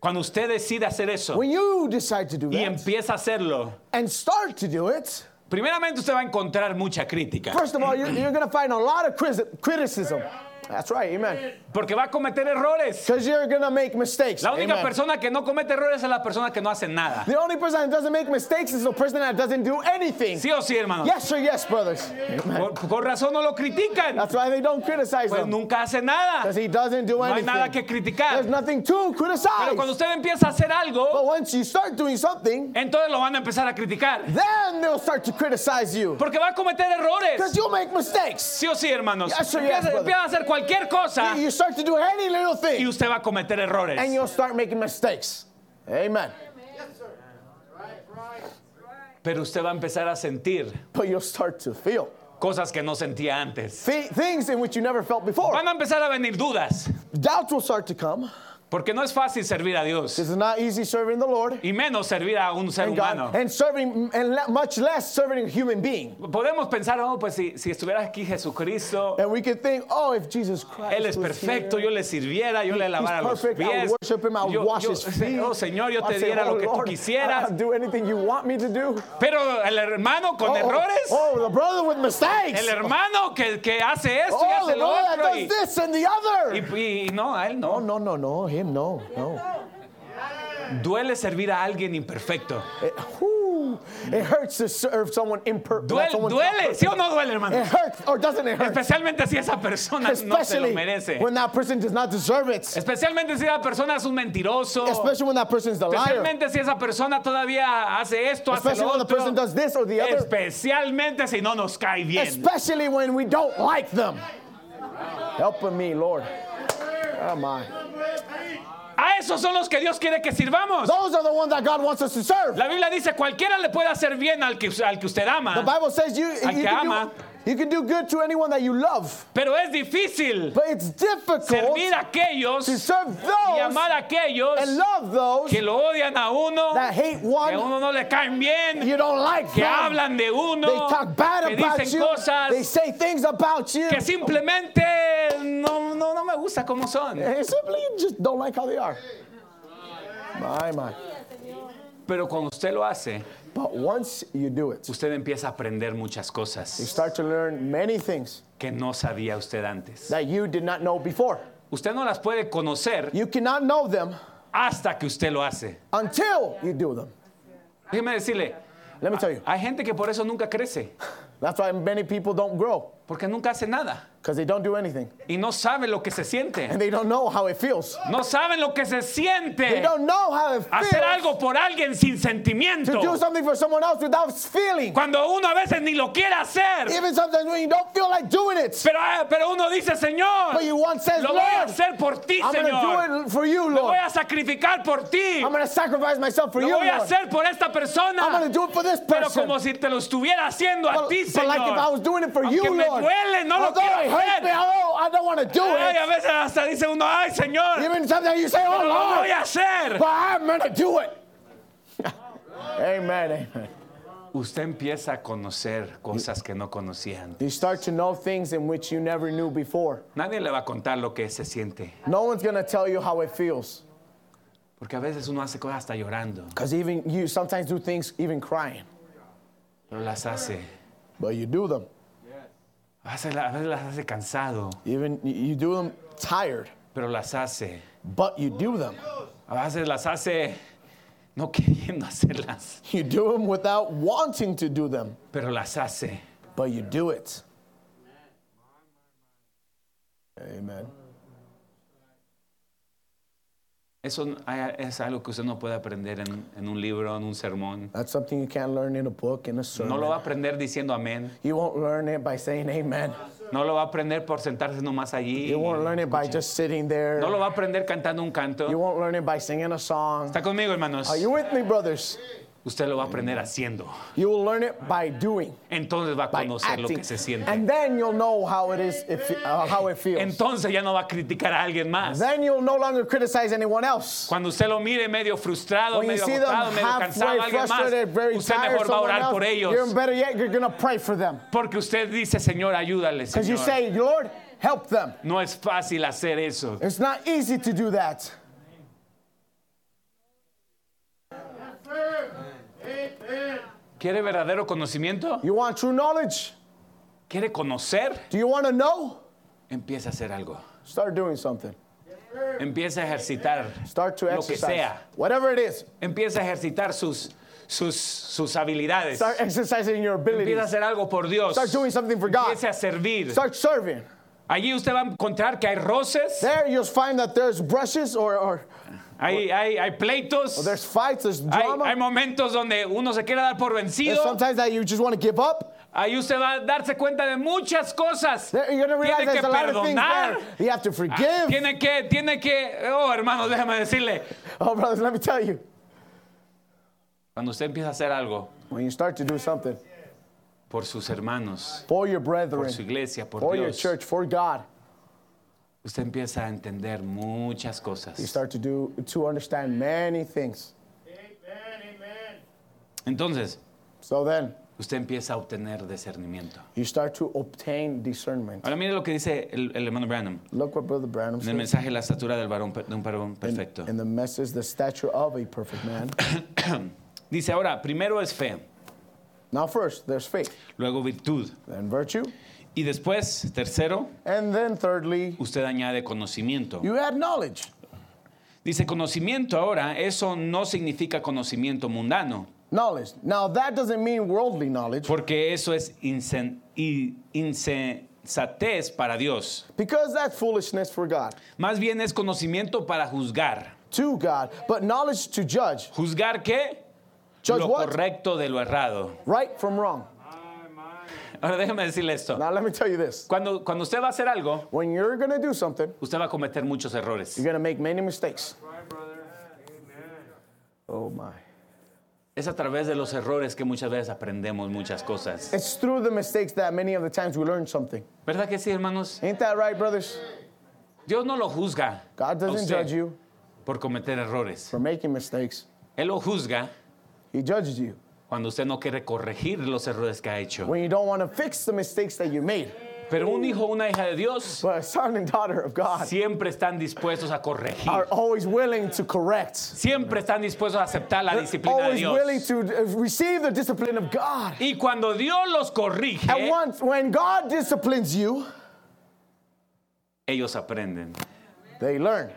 Speaker 1: Cuando usted decide hacer eso
Speaker 3: when you decide to do
Speaker 1: y
Speaker 3: that
Speaker 1: empieza a hacerlo,
Speaker 3: and start to do it,
Speaker 1: primeramente usted va a encontrar mucha crítica,
Speaker 3: First of all, you're, you're going to find a lot of cris- criticism. That's right, amen.
Speaker 1: porque va a cometer errores.
Speaker 3: Because you're going to make mistakes.
Speaker 1: La única
Speaker 3: amen.
Speaker 1: persona que no comete errores es la persona que no hace nada.
Speaker 3: the only person that doesn't make mistakes is the person that doesn't do anything.
Speaker 1: Sí o sí, hermano.
Speaker 3: Yes or yes, brothers. Amen.
Speaker 1: Por, por razón no lo critican,
Speaker 3: That's why they don't criticize
Speaker 1: pues
Speaker 3: him.
Speaker 1: nunca hace nada.
Speaker 3: Because he doesn't do
Speaker 1: No hay
Speaker 3: anything.
Speaker 1: nada que
Speaker 3: There's
Speaker 1: criticar.
Speaker 3: nothing to criticize.
Speaker 1: Pero cuando usted empieza a hacer algo,
Speaker 3: But once you start doing something,
Speaker 1: entonces lo van a empezar a criticar.
Speaker 3: then they'll start to criticize you.
Speaker 1: Porque va a cometer errores.
Speaker 3: Because you'll make mistakes.
Speaker 1: Sí o sí, hermanos.
Speaker 3: Yes, sir, yes,
Speaker 1: empieza,
Speaker 3: brother.
Speaker 1: empieza a hacer cualquier cosa
Speaker 3: You start to do any little
Speaker 1: y
Speaker 3: thing,
Speaker 1: usted va a cometer errores.
Speaker 3: and you'll start making mistakes. Amen.
Speaker 1: Pero usted va a empezar a sentir
Speaker 3: But you'll start to feel.
Speaker 1: cosas que no sentía antes.
Speaker 3: Thi- things in which you never felt before.
Speaker 1: Van a empezar a venir dudas.
Speaker 3: Doubts will start to come.
Speaker 1: Porque no es fácil servir a Dios.
Speaker 3: This is not easy serving the Lord
Speaker 1: Y menos servir a un ser
Speaker 3: and
Speaker 1: humano.
Speaker 3: God, and serving, and le- much less serving a human being.
Speaker 1: Podemos pensar, oh, pues si, si estuviera aquí Jesucristo,
Speaker 3: And we can think, oh, if Jesus Christ
Speaker 1: Él es
Speaker 3: was
Speaker 1: perfecto,
Speaker 3: here,
Speaker 1: yo le sirviera, yo le
Speaker 3: he's
Speaker 1: lavara los
Speaker 3: perfect, I'll
Speaker 1: pies.
Speaker 3: worship him, I'll
Speaker 1: Yo-
Speaker 3: wash
Speaker 1: yo-
Speaker 3: his feet.
Speaker 1: oh, Señor, yo
Speaker 3: I'd
Speaker 1: te
Speaker 3: say,
Speaker 1: diera
Speaker 3: oh,
Speaker 1: lo que tú
Speaker 3: Lord,
Speaker 1: quisieras.
Speaker 3: I'll do anything you want me to do.
Speaker 1: Pero el hermano con
Speaker 3: Oh,
Speaker 1: errores.
Speaker 3: Oh, oh, the brother with mistakes.
Speaker 1: El hermano que, que hace esto y
Speaker 3: oh,
Speaker 1: hace
Speaker 3: the
Speaker 1: lo
Speaker 3: brother that
Speaker 1: otro.
Speaker 3: does
Speaker 1: Y,
Speaker 3: this and the other.
Speaker 1: y- y no, a él no.
Speaker 3: oh, no, no, no, him, no, no.
Speaker 1: Duele servir a alguien imperfecto.
Speaker 3: It, whew, it hurts to serve someone imperfect.
Speaker 1: Duele, duele. ¿Sí o no duele, hermano?
Speaker 3: It hurts, or doesn't it hurt?
Speaker 1: Especialmente si esa persona no se lo
Speaker 3: Especially
Speaker 1: merece.
Speaker 3: when that person does not deserve it.
Speaker 1: Especialmente si esa persona es un mentiroso.
Speaker 3: Especially when that person is the liar.
Speaker 1: Especialmente si esa persona todavía hace esto, hace
Speaker 3: Especially
Speaker 1: lo
Speaker 3: when the
Speaker 1: otro.
Speaker 3: person does this or the other.
Speaker 1: Especialmente si no nos cae bien.
Speaker 3: Especially when we don't like them. Helping me, Lord. Oh my.
Speaker 1: A esos son los que Dios quiere que sirvamos.
Speaker 3: Those are the ones that God wants us to serve.
Speaker 1: La Biblia dice, cualquiera le puede hacer bien al que, al que usted
Speaker 3: The
Speaker 1: ama,
Speaker 3: Bible says you, you,
Speaker 1: Al que
Speaker 3: can
Speaker 1: ama.
Speaker 3: do, you can do good to anyone that you love.
Speaker 1: pero es difícil
Speaker 3: But it's difficult
Speaker 1: servir a aquellos
Speaker 3: to serve
Speaker 1: y amar
Speaker 3: those
Speaker 1: a aquellos
Speaker 3: and love those
Speaker 1: que lo odian a uno,
Speaker 3: that hate
Speaker 1: que a
Speaker 3: one.
Speaker 1: uno no le caen bien,
Speaker 3: You don't like
Speaker 1: que
Speaker 3: them.
Speaker 1: hablan de uno,
Speaker 3: They talk bad
Speaker 1: que
Speaker 3: about
Speaker 1: dicen
Speaker 3: you. They
Speaker 1: cosas
Speaker 3: say things about you.
Speaker 1: que simplemente no, no, no me gusta cómo son.
Speaker 3: Eh. And simply you just don't like how they are. My, my.
Speaker 1: Pero cuando usted lo hace,
Speaker 3: But once you do it,
Speaker 1: usted empieza a aprender muchas
Speaker 3: you
Speaker 1: cosas
Speaker 3: start to learn many things
Speaker 1: que no sabía usted antes.
Speaker 3: that you did not know before.
Speaker 1: Usted no las puede conocer
Speaker 3: You cannot know them
Speaker 1: hasta que usted lo hace.
Speaker 3: until you do them.
Speaker 1: Déjeme decirle,
Speaker 3: Let me tell you,
Speaker 1: hay gente que por eso nunca crece,
Speaker 3: that's why many people don't grow
Speaker 1: porque nunca hace nada
Speaker 3: because they don't do anything
Speaker 1: y no sabe lo que se siente.
Speaker 3: and they don't know how it feels.
Speaker 1: No saben lo que se
Speaker 3: They
Speaker 1: siente
Speaker 3: don't know how it feels
Speaker 1: hacer algo por alguien sin
Speaker 3: to do
Speaker 1: sentimiento.
Speaker 3: something for someone else without feeling.
Speaker 1: Cuando uno a veces ni lo quiere hacer,
Speaker 3: Even sometimes when you don't feel like doing it,
Speaker 1: pero, ah, pero uno dice, Señor,
Speaker 3: but you want says,
Speaker 1: lo voy a
Speaker 3: Lord,
Speaker 1: hacer por ti,
Speaker 3: I'm
Speaker 1: Señor.
Speaker 3: gonna do it for you,
Speaker 1: Lo voy
Speaker 3: Lord.
Speaker 1: a sacrificar por ti.
Speaker 3: I'm gonna sacrifice myself for
Speaker 1: Lo
Speaker 3: you,
Speaker 1: voy a
Speaker 3: Lord.
Speaker 1: hacer por esta
Speaker 3: I'm gonna
Speaker 1: persona.
Speaker 3: do it for this
Speaker 1: Pero
Speaker 3: person.
Speaker 1: como si te lo estuviera haciendo a
Speaker 3: But,
Speaker 1: ti,
Speaker 3: but like if I was
Speaker 1: Señor.
Speaker 3: doing it for
Speaker 1: Aunque
Speaker 3: you,
Speaker 1: me
Speaker 3: Lord,
Speaker 1: duele, no lo
Speaker 3: although
Speaker 1: quiero
Speaker 3: it hurts
Speaker 1: hacer.
Speaker 3: me, oh, I don't want to do
Speaker 1: Ay, a
Speaker 3: it.
Speaker 1: veces hasta dice uno, ay, Señor,
Speaker 3: Even sometimes you say, oh,
Speaker 1: lo voy
Speaker 3: Lord,
Speaker 1: a hacer.
Speaker 3: but I'm gonna do it. amen, amen.
Speaker 1: Usted empieza a conocer cosas que no conocían.
Speaker 3: You start to know things in which you never knew before.
Speaker 1: Nadie le va a contar lo que se siente.
Speaker 3: No one's gonna tell you how it feels,
Speaker 1: Porque a veces uno hace cosas hasta llorando,
Speaker 3: because even you sometimes do things even crying,
Speaker 1: pero las hace.
Speaker 3: but you do them.
Speaker 1: A veces la- a veces las hace cansado,
Speaker 3: Even you- you do them tired,
Speaker 1: pero las hace.
Speaker 3: but you do them.
Speaker 1: A veces las hace no queriendo hacerlas,
Speaker 3: You do them without wanting to do them,
Speaker 1: pero las hace.
Speaker 3: but you do it. Amen.
Speaker 1: Eso n- hay- es algo que usted no puede aprender en, en un libro, en un sermón.
Speaker 3: That's something you can't learn in a book, in a
Speaker 1: No
Speaker 3: sermon.
Speaker 1: lo va a aprender diciendo amén.
Speaker 3: you won't learn it by saying amen.
Speaker 1: No lo va a aprender por sentarse nomás allí.
Speaker 3: You won't learn it by just sitting there.
Speaker 1: No lo va a aprender cantando un
Speaker 3: You
Speaker 1: canto.
Speaker 3: won't learn it by singing a song.
Speaker 1: Está conmigo, hermanos.
Speaker 3: Are you with me, brothers?
Speaker 1: Usted lo va a aprender haciendo.
Speaker 3: You will learn it by doing,
Speaker 1: Entonces va a
Speaker 3: by
Speaker 1: conocer lo
Speaker 3: acting,
Speaker 1: que se siente.
Speaker 3: and then you'll know how it is, if, uh, how it feels.
Speaker 1: Entonces ya no va a criticar a alguien más.
Speaker 3: Then you'll no longer criticize anyone else.
Speaker 1: Cuando usted lo mire medio frustrado,
Speaker 3: When you
Speaker 1: medio
Speaker 3: see them
Speaker 1: agotado, medio
Speaker 3: halfway
Speaker 1: cansado, alguien más,
Speaker 3: frustrated, very
Speaker 1: usted
Speaker 3: tired,
Speaker 1: mejor va a
Speaker 3: someone
Speaker 1: orar
Speaker 3: else,
Speaker 1: por
Speaker 3: you're
Speaker 1: ellos.
Speaker 3: better yet, you're gonna pray for them
Speaker 1: Porque usted dice, Señor, ayúdale,
Speaker 3: because you
Speaker 1: Señor.
Speaker 3: say, Lord, help them.
Speaker 1: No es fácil hacer eso.
Speaker 3: It's not easy to do that.
Speaker 1: ¿Quiere verdadero conocimiento?
Speaker 3: You want true knowledge?
Speaker 1: ¿Quiere conocer?
Speaker 3: Do you want to know?
Speaker 1: Empieza a hacer algo.
Speaker 3: Start doing something.
Speaker 1: Empieza a ejercitar.
Speaker 3: Start to
Speaker 1: Lo que
Speaker 3: exercise.
Speaker 1: sea.
Speaker 3: Whatever it is,
Speaker 1: Empieza a ejercitar sus, sus, sus habilidades.
Speaker 3: start exercising your abilities.
Speaker 1: Empieza a hacer algo por Dios.
Speaker 3: Start doing something for God.
Speaker 1: Empiece a servir.
Speaker 3: Start serving.
Speaker 1: Allí usted va a encontrar que hay roces,
Speaker 3: There you'll find that there's brushes or, or
Speaker 1: hay, hay, hay pleitos,
Speaker 3: there's fights, there's
Speaker 1: hay,
Speaker 3: drama.
Speaker 1: hay momentos donde uno se quiere dar por
Speaker 3: there's
Speaker 1: vencido.
Speaker 3: sometimes that you just want to give up.
Speaker 1: Ahí usted va a darse cuenta de muchas cosas.
Speaker 3: There, you're going to realize
Speaker 1: Tiene que
Speaker 3: there's a lot of things
Speaker 1: perdonar. Ah,
Speaker 3: there. You have to forgive.
Speaker 1: Tiene que, tiene que, oh hermanos, déjame decirle,
Speaker 3: oh, brothers, let me tell you.
Speaker 1: cuando usted empieza a hacer algo
Speaker 3: When you start to do something
Speaker 1: por sus hermanos,
Speaker 3: for your
Speaker 1: por
Speaker 3: brethren,
Speaker 1: su iglesia, por
Speaker 3: for your
Speaker 1: Dios,
Speaker 3: church, for God,
Speaker 1: usted empieza a entender muchas
Speaker 3: you
Speaker 1: cosas.
Speaker 3: start to do to understand many things.
Speaker 1: Entonces,
Speaker 3: So then
Speaker 1: usted empieza a obtener discernimiento.
Speaker 3: you start to obtain discernment.
Speaker 1: Ahora mire lo que dice el, el hermano Branham
Speaker 3: Look what Brother Branham
Speaker 1: en el
Speaker 3: says.
Speaker 1: mensaje La estatura del varón, per- de un varón
Speaker 3: In-
Speaker 1: perfecto.
Speaker 3: In the message, the stature of a perfect man.
Speaker 1: Dice ahora, primero es fe,
Speaker 3: now, first, there's faith,
Speaker 1: luego virtud,
Speaker 3: then virtue,
Speaker 1: y después, tercero,
Speaker 3: and then thirdly,
Speaker 1: usted añade conocimiento.
Speaker 3: you add knowledge.
Speaker 1: Dice conocimiento ahora, eso no significa conocimiento mundano,
Speaker 3: Knowledge. Now, that doesn't mean worldly knowledge,
Speaker 1: porque eso es insen- i- insensatez para Dios.
Speaker 3: because that's foolishness for God,
Speaker 1: Más bien es conocimiento para juzgar.
Speaker 3: to God, but knowledge to judge.
Speaker 1: ¿Juzgar qué?
Speaker 3: Judge
Speaker 1: lo
Speaker 3: what?
Speaker 1: correcto de lo errado.
Speaker 3: Right from wrong.
Speaker 1: Ahora déjame decirle esto.
Speaker 3: Now, let me tell you this.
Speaker 1: Cuando, cuando usted va a hacer algo,
Speaker 3: When you're going to do something,
Speaker 1: usted va a cometer muchos errores.
Speaker 3: you're going to make many mistakes. Oh, my.
Speaker 1: Es a través de los errores que muchas veces aprendemos muchas cosas.
Speaker 3: It's through the mistakes that many of the times we learn something.
Speaker 1: ¿Verdad que sí, hermanos?
Speaker 3: Ain't that right, brothers?
Speaker 1: Dios no lo juzga a
Speaker 3: God doesn't
Speaker 1: usted
Speaker 3: judge you
Speaker 1: por cometer errores.
Speaker 3: for making mistakes,
Speaker 1: Él lo juzga
Speaker 3: He judges you.
Speaker 1: cuando usted no quiere corregir los errores que ha hecho.
Speaker 3: when you don't want to fix the mistakes that you made.
Speaker 1: Pero un hijo o una hija de Dios
Speaker 3: But a son and daughter of God
Speaker 1: siempre están dispuestos a corregir.
Speaker 3: are always willing to correct,
Speaker 1: Siempre están dispuestos a aceptar la disciplina de
Speaker 3: always
Speaker 1: Dios.
Speaker 3: willing to uh, receive the discipline of God.
Speaker 1: Y cuando Dios los corrige,
Speaker 3: And once, when God disciplines you,
Speaker 1: ellos aprenden.
Speaker 3: they learn.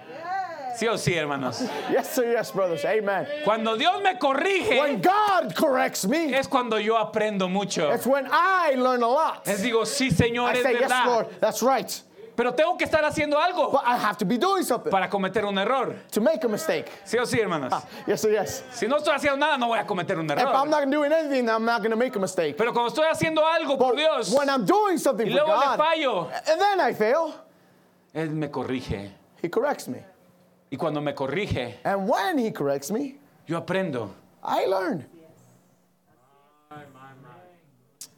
Speaker 1: Sí o sí, hermanos.
Speaker 3: Yes, sir, yes, brothers. Amen.
Speaker 1: Cuando Dios me
Speaker 3: When
Speaker 1: corrige,
Speaker 3: God corrects me,
Speaker 1: es cuando yo aprendo mucho.
Speaker 3: that's when I learn a lot.
Speaker 1: Les digo, sí, Señor,
Speaker 3: I
Speaker 1: Eh, es
Speaker 3: say, yes, Lord,
Speaker 1: verdad.
Speaker 3: that's right.
Speaker 1: Pero tengo que estar haciendo algo
Speaker 3: But I have to be doing something
Speaker 1: para cometer un error.
Speaker 3: to make a mistake.
Speaker 1: Sí o sí, hermanos.
Speaker 3: Yes, sir, yes.
Speaker 1: Si no estoy haciendo nada, no voy a cometer un
Speaker 3: Ah. If I'm
Speaker 1: error.
Speaker 3: not doing anything, I'm not going to make a mistake.
Speaker 1: Pero cuando estoy haciendo algo por
Speaker 3: But
Speaker 1: Dios
Speaker 3: when I'm doing something
Speaker 1: y
Speaker 3: for
Speaker 1: luego le
Speaker 3: God,
Speaker 1: fallo,
Speaker 3: and then I fail,
Speaker 1: Él me corrige.
Speaker 3: He corrects me.
Speaker 1: Y cuando me corrige,
Speaker 3: And when He corrects me,
Speaker 1: yo aprendo.
Speaker 3: I learn.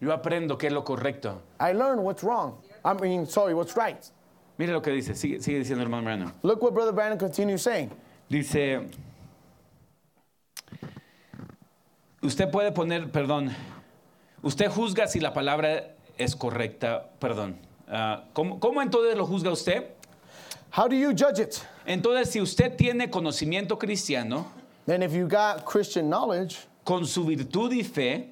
Speaker 1: Yo aprendo qué es lo correcto.
Speaker 3: I learn what's wrong. I mean, sorry, what's right.
Speaker 1: Mire lo que dice. Sigue, sigue diciendo hermano Brandon.
Speaker 3: Look what Brother Brandon continues saying.
Speaker 1: Dice, usted puede poner, perdón, usted juzga si la palabra es correcta, perdón. Ah, ¿cómo, ¿Cómo entonces lo juzga usted?
Speaker 3: How do you judge it?
Speaker 1: Entonces, si usted tiene conocimiento cristiano,
Speaker 3: Then, if you got Christian knowledge
Speaker 1: con su virtud y fe,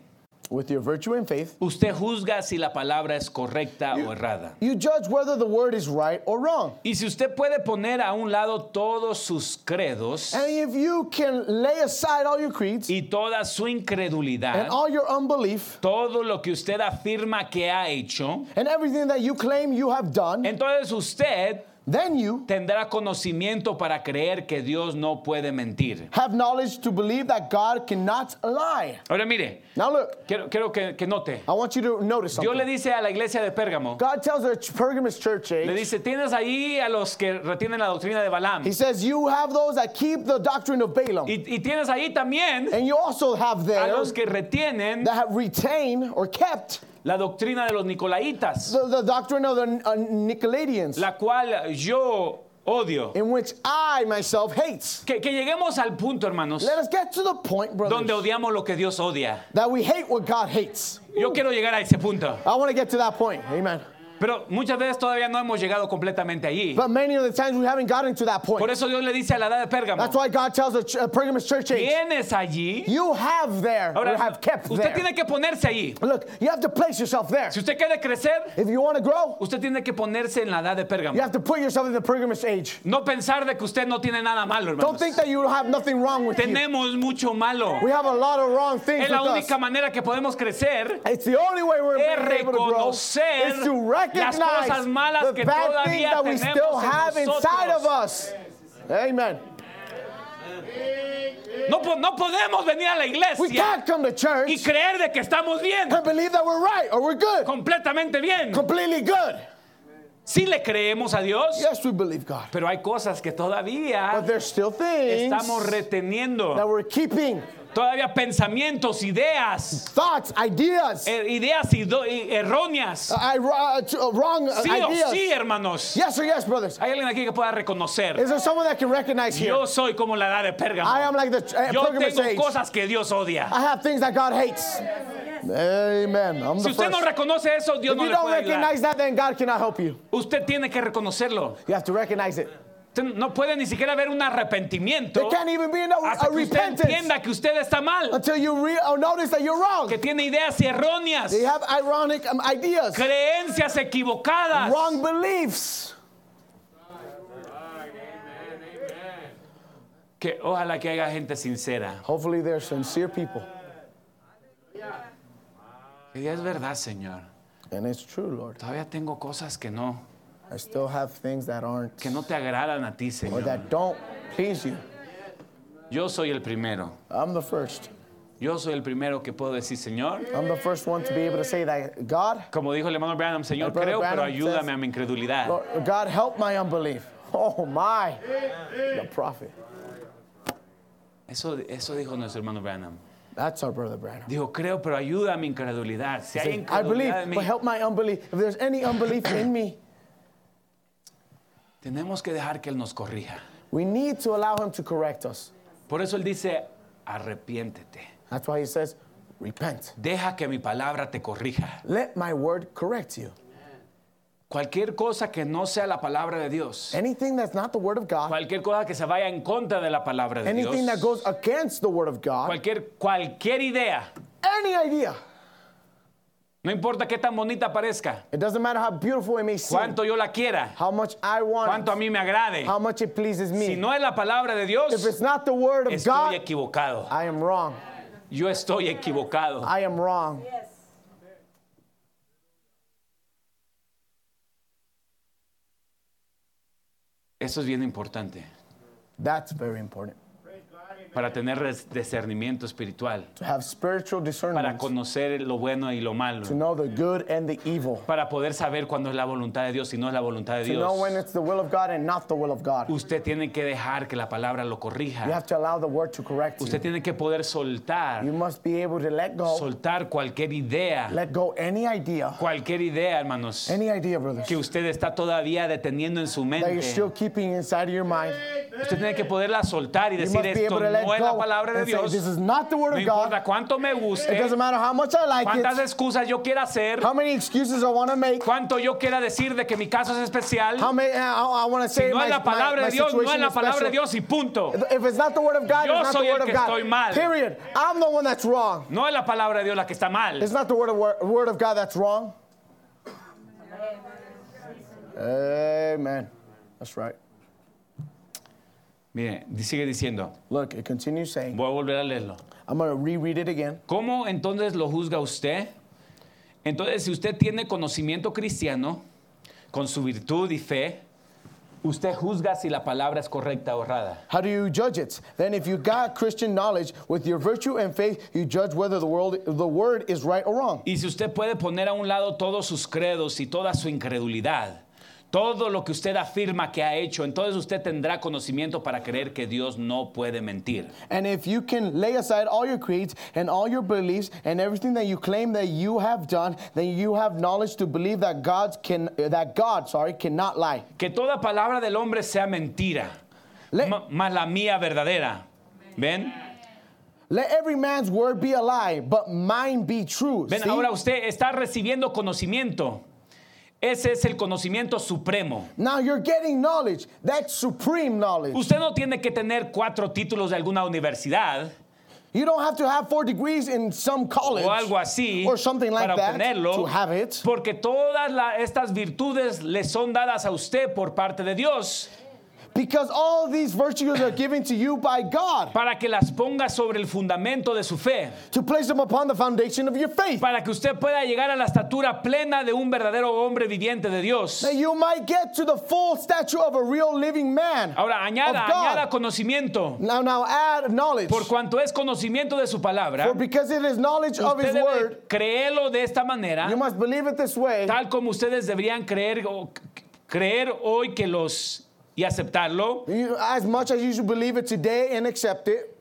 Speaker 3: with your virtue and faith,
Speaker 1: usted juzga si la palabra es correcta o errada.
Speaker 3: you judge whether the word is right or wrong.
Speaker 1: Y si usted puede poner a un lado todos sus credos
Speaker 3: And if you can lay aside all your creeds
Speaker 1: y toda su incredulidad,
Speaker 3: and all your unbelief
Speaker 1: todo lo que usted afirma que ha hecho,
Speaker 3: and everything that you claim you have done,
Speaker 1: entonces usted
Speaker 3: then you
Speaker 1: tendrá conocimiento para creer que Dios no puede mentir.
Speaker 3: have knowledge to believe that God cannot lie.
Speaker 1: Ahora mire,
Speaker 3: Now, look,
Speaker 1: quiero, quiero que, que note.
Speaker 3: I want you to notice
Speaker 1: Dios le
Speaker 3: something.
Speaker 1: dice a la iglesia de Pérgamo,
Speaker 3: God tells the ch- Pergamus church eh?
Speaker 1: le
Speaker 3: age,
Speaker 1: dice, tienes ahí a los que retienen la doctrina de Balaam.
Speaker 3: He says, You have those that keep the doctrine of Balaam.
Speaker 1: Y, y tienes ahí también
Speaker 3: And you also have
Speaker 1: a
Speaker 3: there
Speaker 1: los que retienen
Speaker 3: that have retained or kept
Speaker 1: la doctrina de los nicolaitas,
Speaker 3: the, the doctrine of the uh, Nicolaitans,
Speaker 1: la cual yo odio.
Speaker 3: in which I myself hate.
Speaker 1: Que, que lleguemos al punto, hermanos,
Speaker 3: Let us get to the point,
Speaker 1: donde
Speaker 3: brothers,
Speaker 1: odiamos lo que Dios odia.
Speaker 3: that we hate what God hates.
Speaker 1: Yo quiero llegar a ese punto.
Speaker 3: I want to get to that point. Amen.
Speaker 1: Pero muchas veces todavía no hemos llegado completamente allí.
Speaker 3: But many of the times we haven't gotten to that
Speaker 1: Por
Speaker 3: point.
Speaker 1: eso Dios le dice a la edad de Pérgamo,
Speaker 3: That's why God tells the ch- uh, Pergamus church age,
Speaker 1: tienes allí.
Speaker 3: You have there, or
Speaker 1: Ahora,
Speaker 3: have kept
Speaker 1: usted
Speaker 3: there.
Speaker 1: tiene que ponerse allí.
Speaker 3: Look, you have to place yourself there.
Speaker 1: Si usted quiere crecer,
Speaker 3: If you want to grow,
Speaker 1: usted tiene que ponerse en la edad de
Speaker 3: you
Speaker 1: Pérgamo.
Speaker 3: have to put yourself in the Pergamus age.
Speaker 1: No pensar de que usted no tiene nada malo,
Speaker 3: Don't
Speaker 1: hermanos.
Speaker 3: think that you have nothing wrong with you.
Speaker 1: Tenemos mucho malo.
Speaker 3: We have a lot of wrong things
Speaker 1: Es
Speaker 3: with
Speaker 1: la
Speaker 3: us.
Speaker 1: única manera que podemos crecer
Speaker 3: It's the only way we're
Speaker 1: es
Speaker 3: able to grow is
Speaker 1: reconocer
Speaker 3: to
Speaker 1: las
Speaker 3: recognize
Speaker 1: cosas malas
Speaker 3: the
Speaker 1: que
Speaker 3: bad things
Speaker 1: todavía
Speaker 3: that we
Speaker 1: tenemos
Speaker 3: still
Speaker 1: en
Speaker 3: have inside
Speaker 1: nosotros.
Speaker 3: of us. Amen.
Speaker 1: No, po- no podemos venir a la
Speaker 3: We
Speaker 1: iglesia
Speaker 3: can't come to church
Speaker 1: y creer de que estamos bien,
Speaker 3: and believe that we're right or we're good,
Speaker 1: completamente bien.
Speaker 3: completely good.
Speaker 1: Sí le creemos a Dios,
Speaker 3: Yes, we believe God,
Speaker 1: pero hay cosas que
Speaker 3: but
Speaker 1: todavía
Speaker 3: there's still things
Speaker 1: estamos
Speaker 3: that
Speaker 1: reteniendo.
Speaker 3: we're keeping.
Speaker 1: Todavía pensamientos, ideas,
Speaker 3: Thoughts, ideas,
Speaker 1: eh, ideas ido- i- erróneas.
Speaker 3: I, uh, t- uh, wrong uh,
Speaker 1: Sí o
Speaker 3: ideas.
Speaker 1: sí, hermanos.
Speaker 3: Yes or yes, brothers.
Speaker 1: Hay alguien aquí que pueda reconocer.
Speaker 3: Is there someone that can recognize here?
Speaker 1: Yo soy como la edad de
Speaker 3: I
Speaker 1: Pérgamo.
Speaker 3: am like the uh,
Speaker 1: Yo
Speaker 3: pilgrim's
Speaker 1: tengo
Speaker 3: age.
Speaker 1: cosas que Dios odia.
Speaker 3: I have things that God hates. Amen. I'm
Speaker 1: Si
Speaker 3: the
Speaker 1: usted
Speaker 3: first.
Speaker 1: no reconoce eso, Dios
Speaker 3: if
Speaker 1: no
Speaker 3: you
Speaker 1: le
Speaker 3: don't
Speaker 1: puede ayudar.
Speaker 3: recognize that, then God cannot help you.
Speaker 1: Usted tiene que reconocerlo.
Speaker 3: You have to recognize it.
Speaker 1: Usted no puede ni siquiera haber un
Speaker 3: There
Speaker 1: arrepentimiento
Speaker 3: can't even be no,
Speaker 1: hasta
Speaker 3: a
Speaker 1: que usted
Speaker 3: repentance
Speaker 1: entienda que usted está mal,
Speaker 3: until you re- or notice that you're wrong.
Speaker 1: que tiene ideas erróneas,
Speaker 3: They have ironic um, ideas,
Speaker 1: creencias equivocadas.
Speaker 3: wrong beliefs.
Speaker 1: Que ojalá que haya gente sincera.
Speaker 3: Hopefully, they're sincere people.
Speaker 1: Que diga, es verdad, Señor.
Speaker 3: And it's true, Lord.
Speaker 1: Todavía tengo cosas que no,
Speaker 3: I still have things that aren't
Speaker 1: que no te agradan a ti,
Speaker 3: or
Speaker 1: Señor.
Speaker 3: that don't please you.
Speaker 1: Yo soy el primero.
Speaker 3: I'm the first.
Speaker 1: Yo soy el primero que puedo decir, Señor.
Speaker 3: I'm the first one to be able to say that God,
Speaker 1: Como dijo el hermano Branham, Señor,
Speaker 3: El brother
Speaker 1: creo, pero
Speaker 3: Branham
Speaker 1: ayúdame
Speaker 3: says-
Speaker 1: a mi incredulidad.
Speaker 3: Lord, God, help my unbelief. Oh my, the prophet.
Speaker 1: Eso, eso dijo nuestro hermano Branham.
Speaker 3: That's our brother Branham.
Speaker 1: Dijo, creo, pero ayuda a mi incredulidad. Si hay
Speaker 3: I believe,
Speaker 1: incredulidad en mí,
Speaker 3: but help my unbelief. If there's any unbelief in me,
Speaker 1: tenemos que dejar que Él nos corrija.
Speaker 3: we need to allow Him to correct us.
Speaker 1: Por eso Él dice, arrepiéntete.
Speaker 3: That's why He says, repent.
Speaker 1: Deja que mi palabra te corrija.
Speaker 3: Let my word correct you.
Speaker 1: Cualquier cosa que no sea la palabra de Dios,
Speaker 3: Anything that's not the Word of God,
Speaker 1: cualquier cosa que se vaya en contra de la palabra de
Speaker 3: anything that
Speaker 1: Dios,
Speaker 3: goes against the Word of God,
Speaker 1: cualquier, cualquier idea,
Speaker 3: any idea.
Speaker 1: no importa qué tan bonita parezca,
Speaker 3: It doesn't matter how beautiful it may seem,
Speaker 1: cuánto yo la quiera,
Speaker 3: how much I want
Speaker 1: cuánto a
Speaker 3: it,
Speaker 1: mí me agrade,
Speaker 3: how much it pleases
Speaker 1: si
Speaker 3: me.
Speaker 1: no es la palabra de
Speaker 3: If
Speaker 1: Dios,
Speaker 3: it's not the Word of
Speaker 1: estoy
Speaker 3: God,
Speaker 1: equivocado.
Speaker 3: I am wrong.
Speaker 1: Yo estoy equivocado.
Speaker 3: I am wrong.
Speaker 1: Eso es bien importante
Speaker 3: That's very important.
Speaker 1: para tener res- discernimiento espiritual,
Speaker 3: To have spiritual
Speaker 1: para
Speaker 3: discernment,
Speaker 1: conocer lo bueno y lo malo,
Speaker 3: to know the good and the evil,
Speaker 1: para poder saber cuándo es la voluntad de Dios y no es la voluntad de
Speaker 3: to know
Speaker 1: Dios.
Speaker 3: when it's the will of God and not the will of God.
Speaker 1: Usted tiene que dejar que la palabra lo
Speaker 3: You
Speaker 1: corrija.
Speaker 3: have to allow the Word to correct
Speaker 1: Usted
Speaker 3: you.
Speaker 1: tiene que poder soltar,
Speaker 3: You must be able to let go,
Speaker 1: soltar cualquier idea,
Speaker 3: let go any idea,
Speaker 1: cualquier idea, hermanos,
Speaker 3: any idea, brothers,
Speaker 1: que usted está todavía deteniendo en su
Speaker 3: that you're
Speaker 1: mente.
Speaker 3: still keeping inside of your mind.
Speaker 1: Usted tiene que poderla soltar y
Speaker 3: You
Speaker 1: decir
Speaker 3: must be
Speaker 1: esto
Speaker 3: able to let
Speaker 1: no es la
Speaker 3: go
Speaker 1: palabra de
Speaker 3: and say,
Speaker 1: Dios.
Speaker 3: this is not the Word
Speaker 1: No
Speaker 3: of God.
Speaker 1: importa cuánto me
Speaker 3: It
Speaker 1: guste,
Speaker 3: doesn't matter how much I like
Speaker 1: cuántas
Speaker 3: it,
Speaker 1: excusas yo quiera hacer,
Speaker 3: how many excuses I want to make,
Speaker 1: cuánto yo quiera decir de que mi caso es especial.
Speaker 3: how many I, want to say
Speaker 1: No
Speaker 3: my,
Speaker 1: es la palabra
Speaker 3: my, my
Speaker 1: de Dios, no es
Speaker 3: situation
Speaker 1: la
Speaker 3: is
Speaker 1: palabra de
Speaker 3: special.
Speaker 1: Dios y punto.
Speaker 3: If it's not the Word of God,
Speaker 1: Yo
Speaker 3: it's not
Speaker 1: soy
Speaker 3: the
Speaker 1: el
Speaker 3: Word
Speaker 1: que
Speaker 3: of
Speaker 1: estoy
Speaker 3: God.
Speaker 1: mal.
Speaker 3: Period. I'm the one that's wrong.
Speaker 1: No es la palabra de Dios la que está mal.
Speaker 3: It's not the word of, wor- word of God that's wrong. Amen. That's right.
Speaker 1: Mire, sigue diciendo.
Speaker 3: Look, it continues saying,
Speaker 1: Voy a volver a leerlo.
Speaker 3: I'm going to reread it again.
Speaker 1: ¿Cómo entonces lo juzga usted? Entonces, si usted tiene conocimiento cristiano, con su virtud y fe, usted juzga si la palabra es correcta o errada.
Speaker 3: How do you judge it? Then, if you got Christian knowledge with your virtue and faith, you judge whether the, world, the word is right or wrong.
Speaker 1: Y si usted puede poner a un lado todos sus credos y toda su incredulidad, todo lo que usted afirma que ha hecho, entonces usted tendrá conocimiento para creer que Dios no puede mentir.
Speaker 3: And if you can lay aside all your creeds and all your beliefs and everything that you claim that you have done, then you have knowledge to believe that God can that God, sorry, cannot lie.
Speaker 1: Que toda palabra del hombre sea mentira,
Speaker 3: Le-
Speaker 1: ma- más la mía verdadera. ¿Ven?
Speaker 3: Let every man's word be a lie, but mine be true.
Speaker 1: Ven,
Speaker 3: See?
Speaker 1: ahora usted está recibiendo conocimiento. Ese es el conocimiento supremo.
Speaker 3: Now you're getting knowledge. That's supreme knowledge.
Speaker 1: Usted no tiene que tener cuatro títulos de alguna universidad
Speaker 3: You don't have to have four degrees in some college
Speaker 1: o algo así
Speaker 3: or something like
Speaker 1: para
Speaker 3: that
Speaker 1: obtenerlo,
Speaker 3: to have it.
Speaker 1: porque todas la- estas virtudes le son dadas a usted por parte de Dios
Speaker 3: Because all these virtues are given to you by God
Speaker 1: para que las ponga sobre el fundamento de su fe,
Speaker 3: to place them upon the foundation of your faith.
Speaker 1: para que usted pueda llegar a la estatura plena de un verdadero hombre viviente de Dios.
Speaker 3: That you might get to the full stature of a real living man.
Speaker 1: Ahora añada,
Speaker 3: of God.
Speaker 1: añada conocimiento,
Speaker 3: Now, now add knowledge.
Speaker 1: por cuanto es conocimiento de su palabra.
Speaker 3: For because it is knowledge of
Speaker 1: Usted
Speaker 3: His
Speaker 1: debe Ah.
Speaker 3: word,
Speaker 1: creerlo de esta
Speaker 3: you
Speaker 1: manera,
Speaker 3: must believe it this way.
Speaker 1: tal como ustedes deberían creer, o c- creer hoy que los y aceptarlo,
Speaker 3: You- as much as you should believe it today and accept it,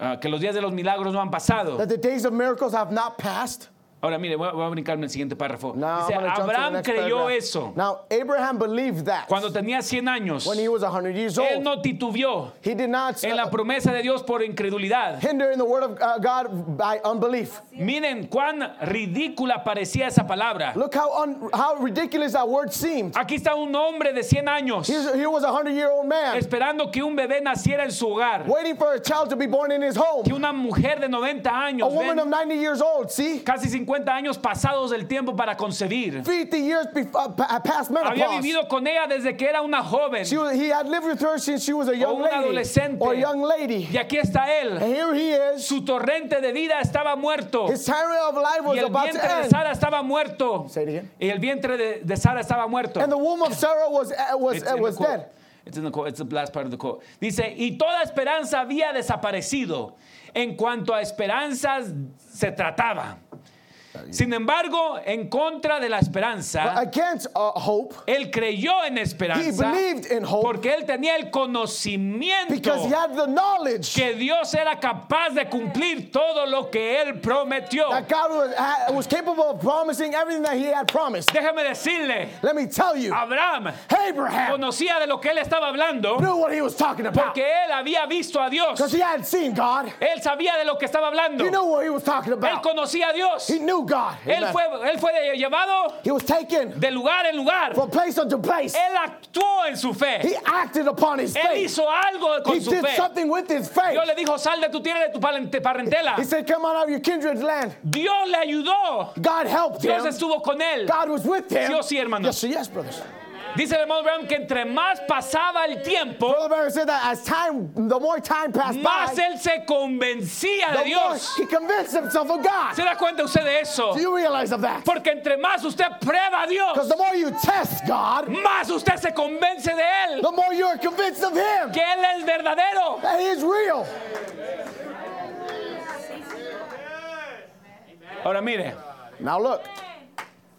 Speaker 1: ah, que los días de los milagros no han pasado.
Speaker 3: that the days of miracles have not passed.
Speaker 1: Ahora mire, voy a, voy a brincarme el siguiente párrafo.
Speaker 3: Now, I'm
Speaker 1: Dice,
Speaker 3: gonna jump to the
Speaker 1: Abraham
Speaker 3: next
Speaker 1: creyó
Speaker 3: paragraph.
Speaker 1: eso.
Speaker 3: Now, Abraham believed that
Speaker 1: Cuando tenía 100 años,
Speaker 3: when he was 100 years
Speaker 1: él
Speaker 3: old.
Speaker 1: no titubeó
Speaker 3: he did not
Speaker 1: en la
Speaker 3: uh,
Speaker 1: promesa de Dios por incredulidad.
Speaker 3: hinder in the word of uh, God by unbelief.
Speaker 1: Miren cuán ridícula parecía esa palabra.
Speaker 3: Look how un- how ridiculous that word seemed.
Speaker 1: Aquí está un hombre de 100 años
Speaker 3: Here's- here was a 100 year old man
Speaker 1: esperando que un bebé naciera en su hogar,
Speaker 3: waiting for a child to be born in his home.
Speaker 1: que una mujer de 90
Speaker 3: A
Speaker 1: años,
Speaker 3: woman
Speaker 1: ven,
Speaker 3: of 90 years old, see?
Speaker 1: casi 50 años pasados del tiempo para concebir.
Speaker 3: 50 years bef- uh, pa- past
Speaker 1: Había
Speaker 3: menopause.
Speaker 1: vivido con ella desde que era una joven.
Speaker 3: She was- he had lived with her since she was a young
Speaker 1: un
Speaker 3: lady
Speaker 1: adolescente.
Speaker 3: or a young lady.
Speaker 1: Y aquí está él.
Speaker 3: And here he is.
Speaker 1: Su torrente de vida estaba muerto.
Speaker 3: His time of life
Speaker 1: Y
Speaker 3: was
Speaker 1: el
Speaker 3: about to
Speaker 1: vientre de
Speaker 3: end.
Speaker 1: Sara estaba muerto.
Speaker 3: Say it again.
Speaker 1: Y el vientre de, de Sara estaba muerto.
Speaker 3: And the womb of Sarah was, uh, was,
Speaker 1: It's
Speaker 3: uh,
Speaker 1: in the
Speaker 3: was
Speaker 1: quote.
Speaker 3: dead.
Speaker 1: It's in the quote. It's the last part of the quote. Dice, y toda esperanza había desaparecido en cuanto a esperanzas se trataba. Sin embargo, en contra de la esperanza,
Speaker 3: Against uh, hope,
Speaker 1: él creyó en
Speaker 3: he
Speaker 1: esperanza
Speaker 3: believed in hope
Speaker 1: porque él tenía el conocimiento
Speaker 3: because he had the knowledge
Speaker 1: que Dios era capaz de cumplir todo lo que él prometió.
Speaker 3: that God was, ha- was capable of promising everything that he had promised.
Speaker 1: Déjame decirle,
Speaker 3: Let me tell you,
Speaker 1: Abraham
Speaker 3: Abraham
Speaker 1: conocía de lo que él estaba hablando
Speaker 3: knew what he was talking about
Speaker 1: porque él había visto a Dios.
Speaker 3: because he had seen God.
Speaker 1: Él sabía de lo que estaba hablando.
Speaker 3: He knew what he was talking
Speaker 1: Él
Speaker 3: about.
Speaker 1: conocía a Dios.
Speaker 3: He knew God.
Speaker 1: Él
Speaker 3: Amen.
Speaker 1: fue, él fue llevado
Speaker 3: He was taken
Speaker 1: de lugar en lugar.
Speaker 3: from place unto place.
Speaker 1: Él actuó en su fe.
Speaker 3: He acted upon his
Speaker 1: Él
Speaker 3: faith.
Speaker 1: hizo algo
Speaker 3: He
Speaker 1: con su
Speaker 3: did
Speaker 1: fe.
Speaker 3: something with his faith.
Speaker 1: Dios le dijo, sal de tu tierra y de tu parent- parentela.
Speaker 3: He said, Come out of your kindred land.
Speaker 1: Dios le ayudó.
Speaker 3: God helped
Speaker 1: Dios
Speaker 3: him.
Speaker 1: estuvo con él.
Speaker 3: God was with him.
Speaker 1: ¿Sí o sí, hermanos?
Speaker 3: Yes, sir, yes, brothers.
Speaker 1: Dice el hermano Branham que entre más pasaba el tiempo,
Speaker 3: Brother Barry said that as time, the more time passed by,
Speaker 1: más él se convencía de
Speaker 3: the more
Speaker 1: Dios.
Speaker 3: he convinced himself of God.
Speaker 1: ¿Se da cuenta usted de eso?
Speaker 3: Do you realize of that?
Speaker 1: Porque entre más usted prueba a
Speaker 3: Because
Speaker 1: Dios,
Speaker 3: the more you test God,
Speaker 1: más usted se convence de Él,
Speaker 3: the more you're convinced of Him
Speaker 1: que Él es verdadero.
Speaker 3: that He is real.
Speaker 1: Ahora mire,
Speaker 3: Now look,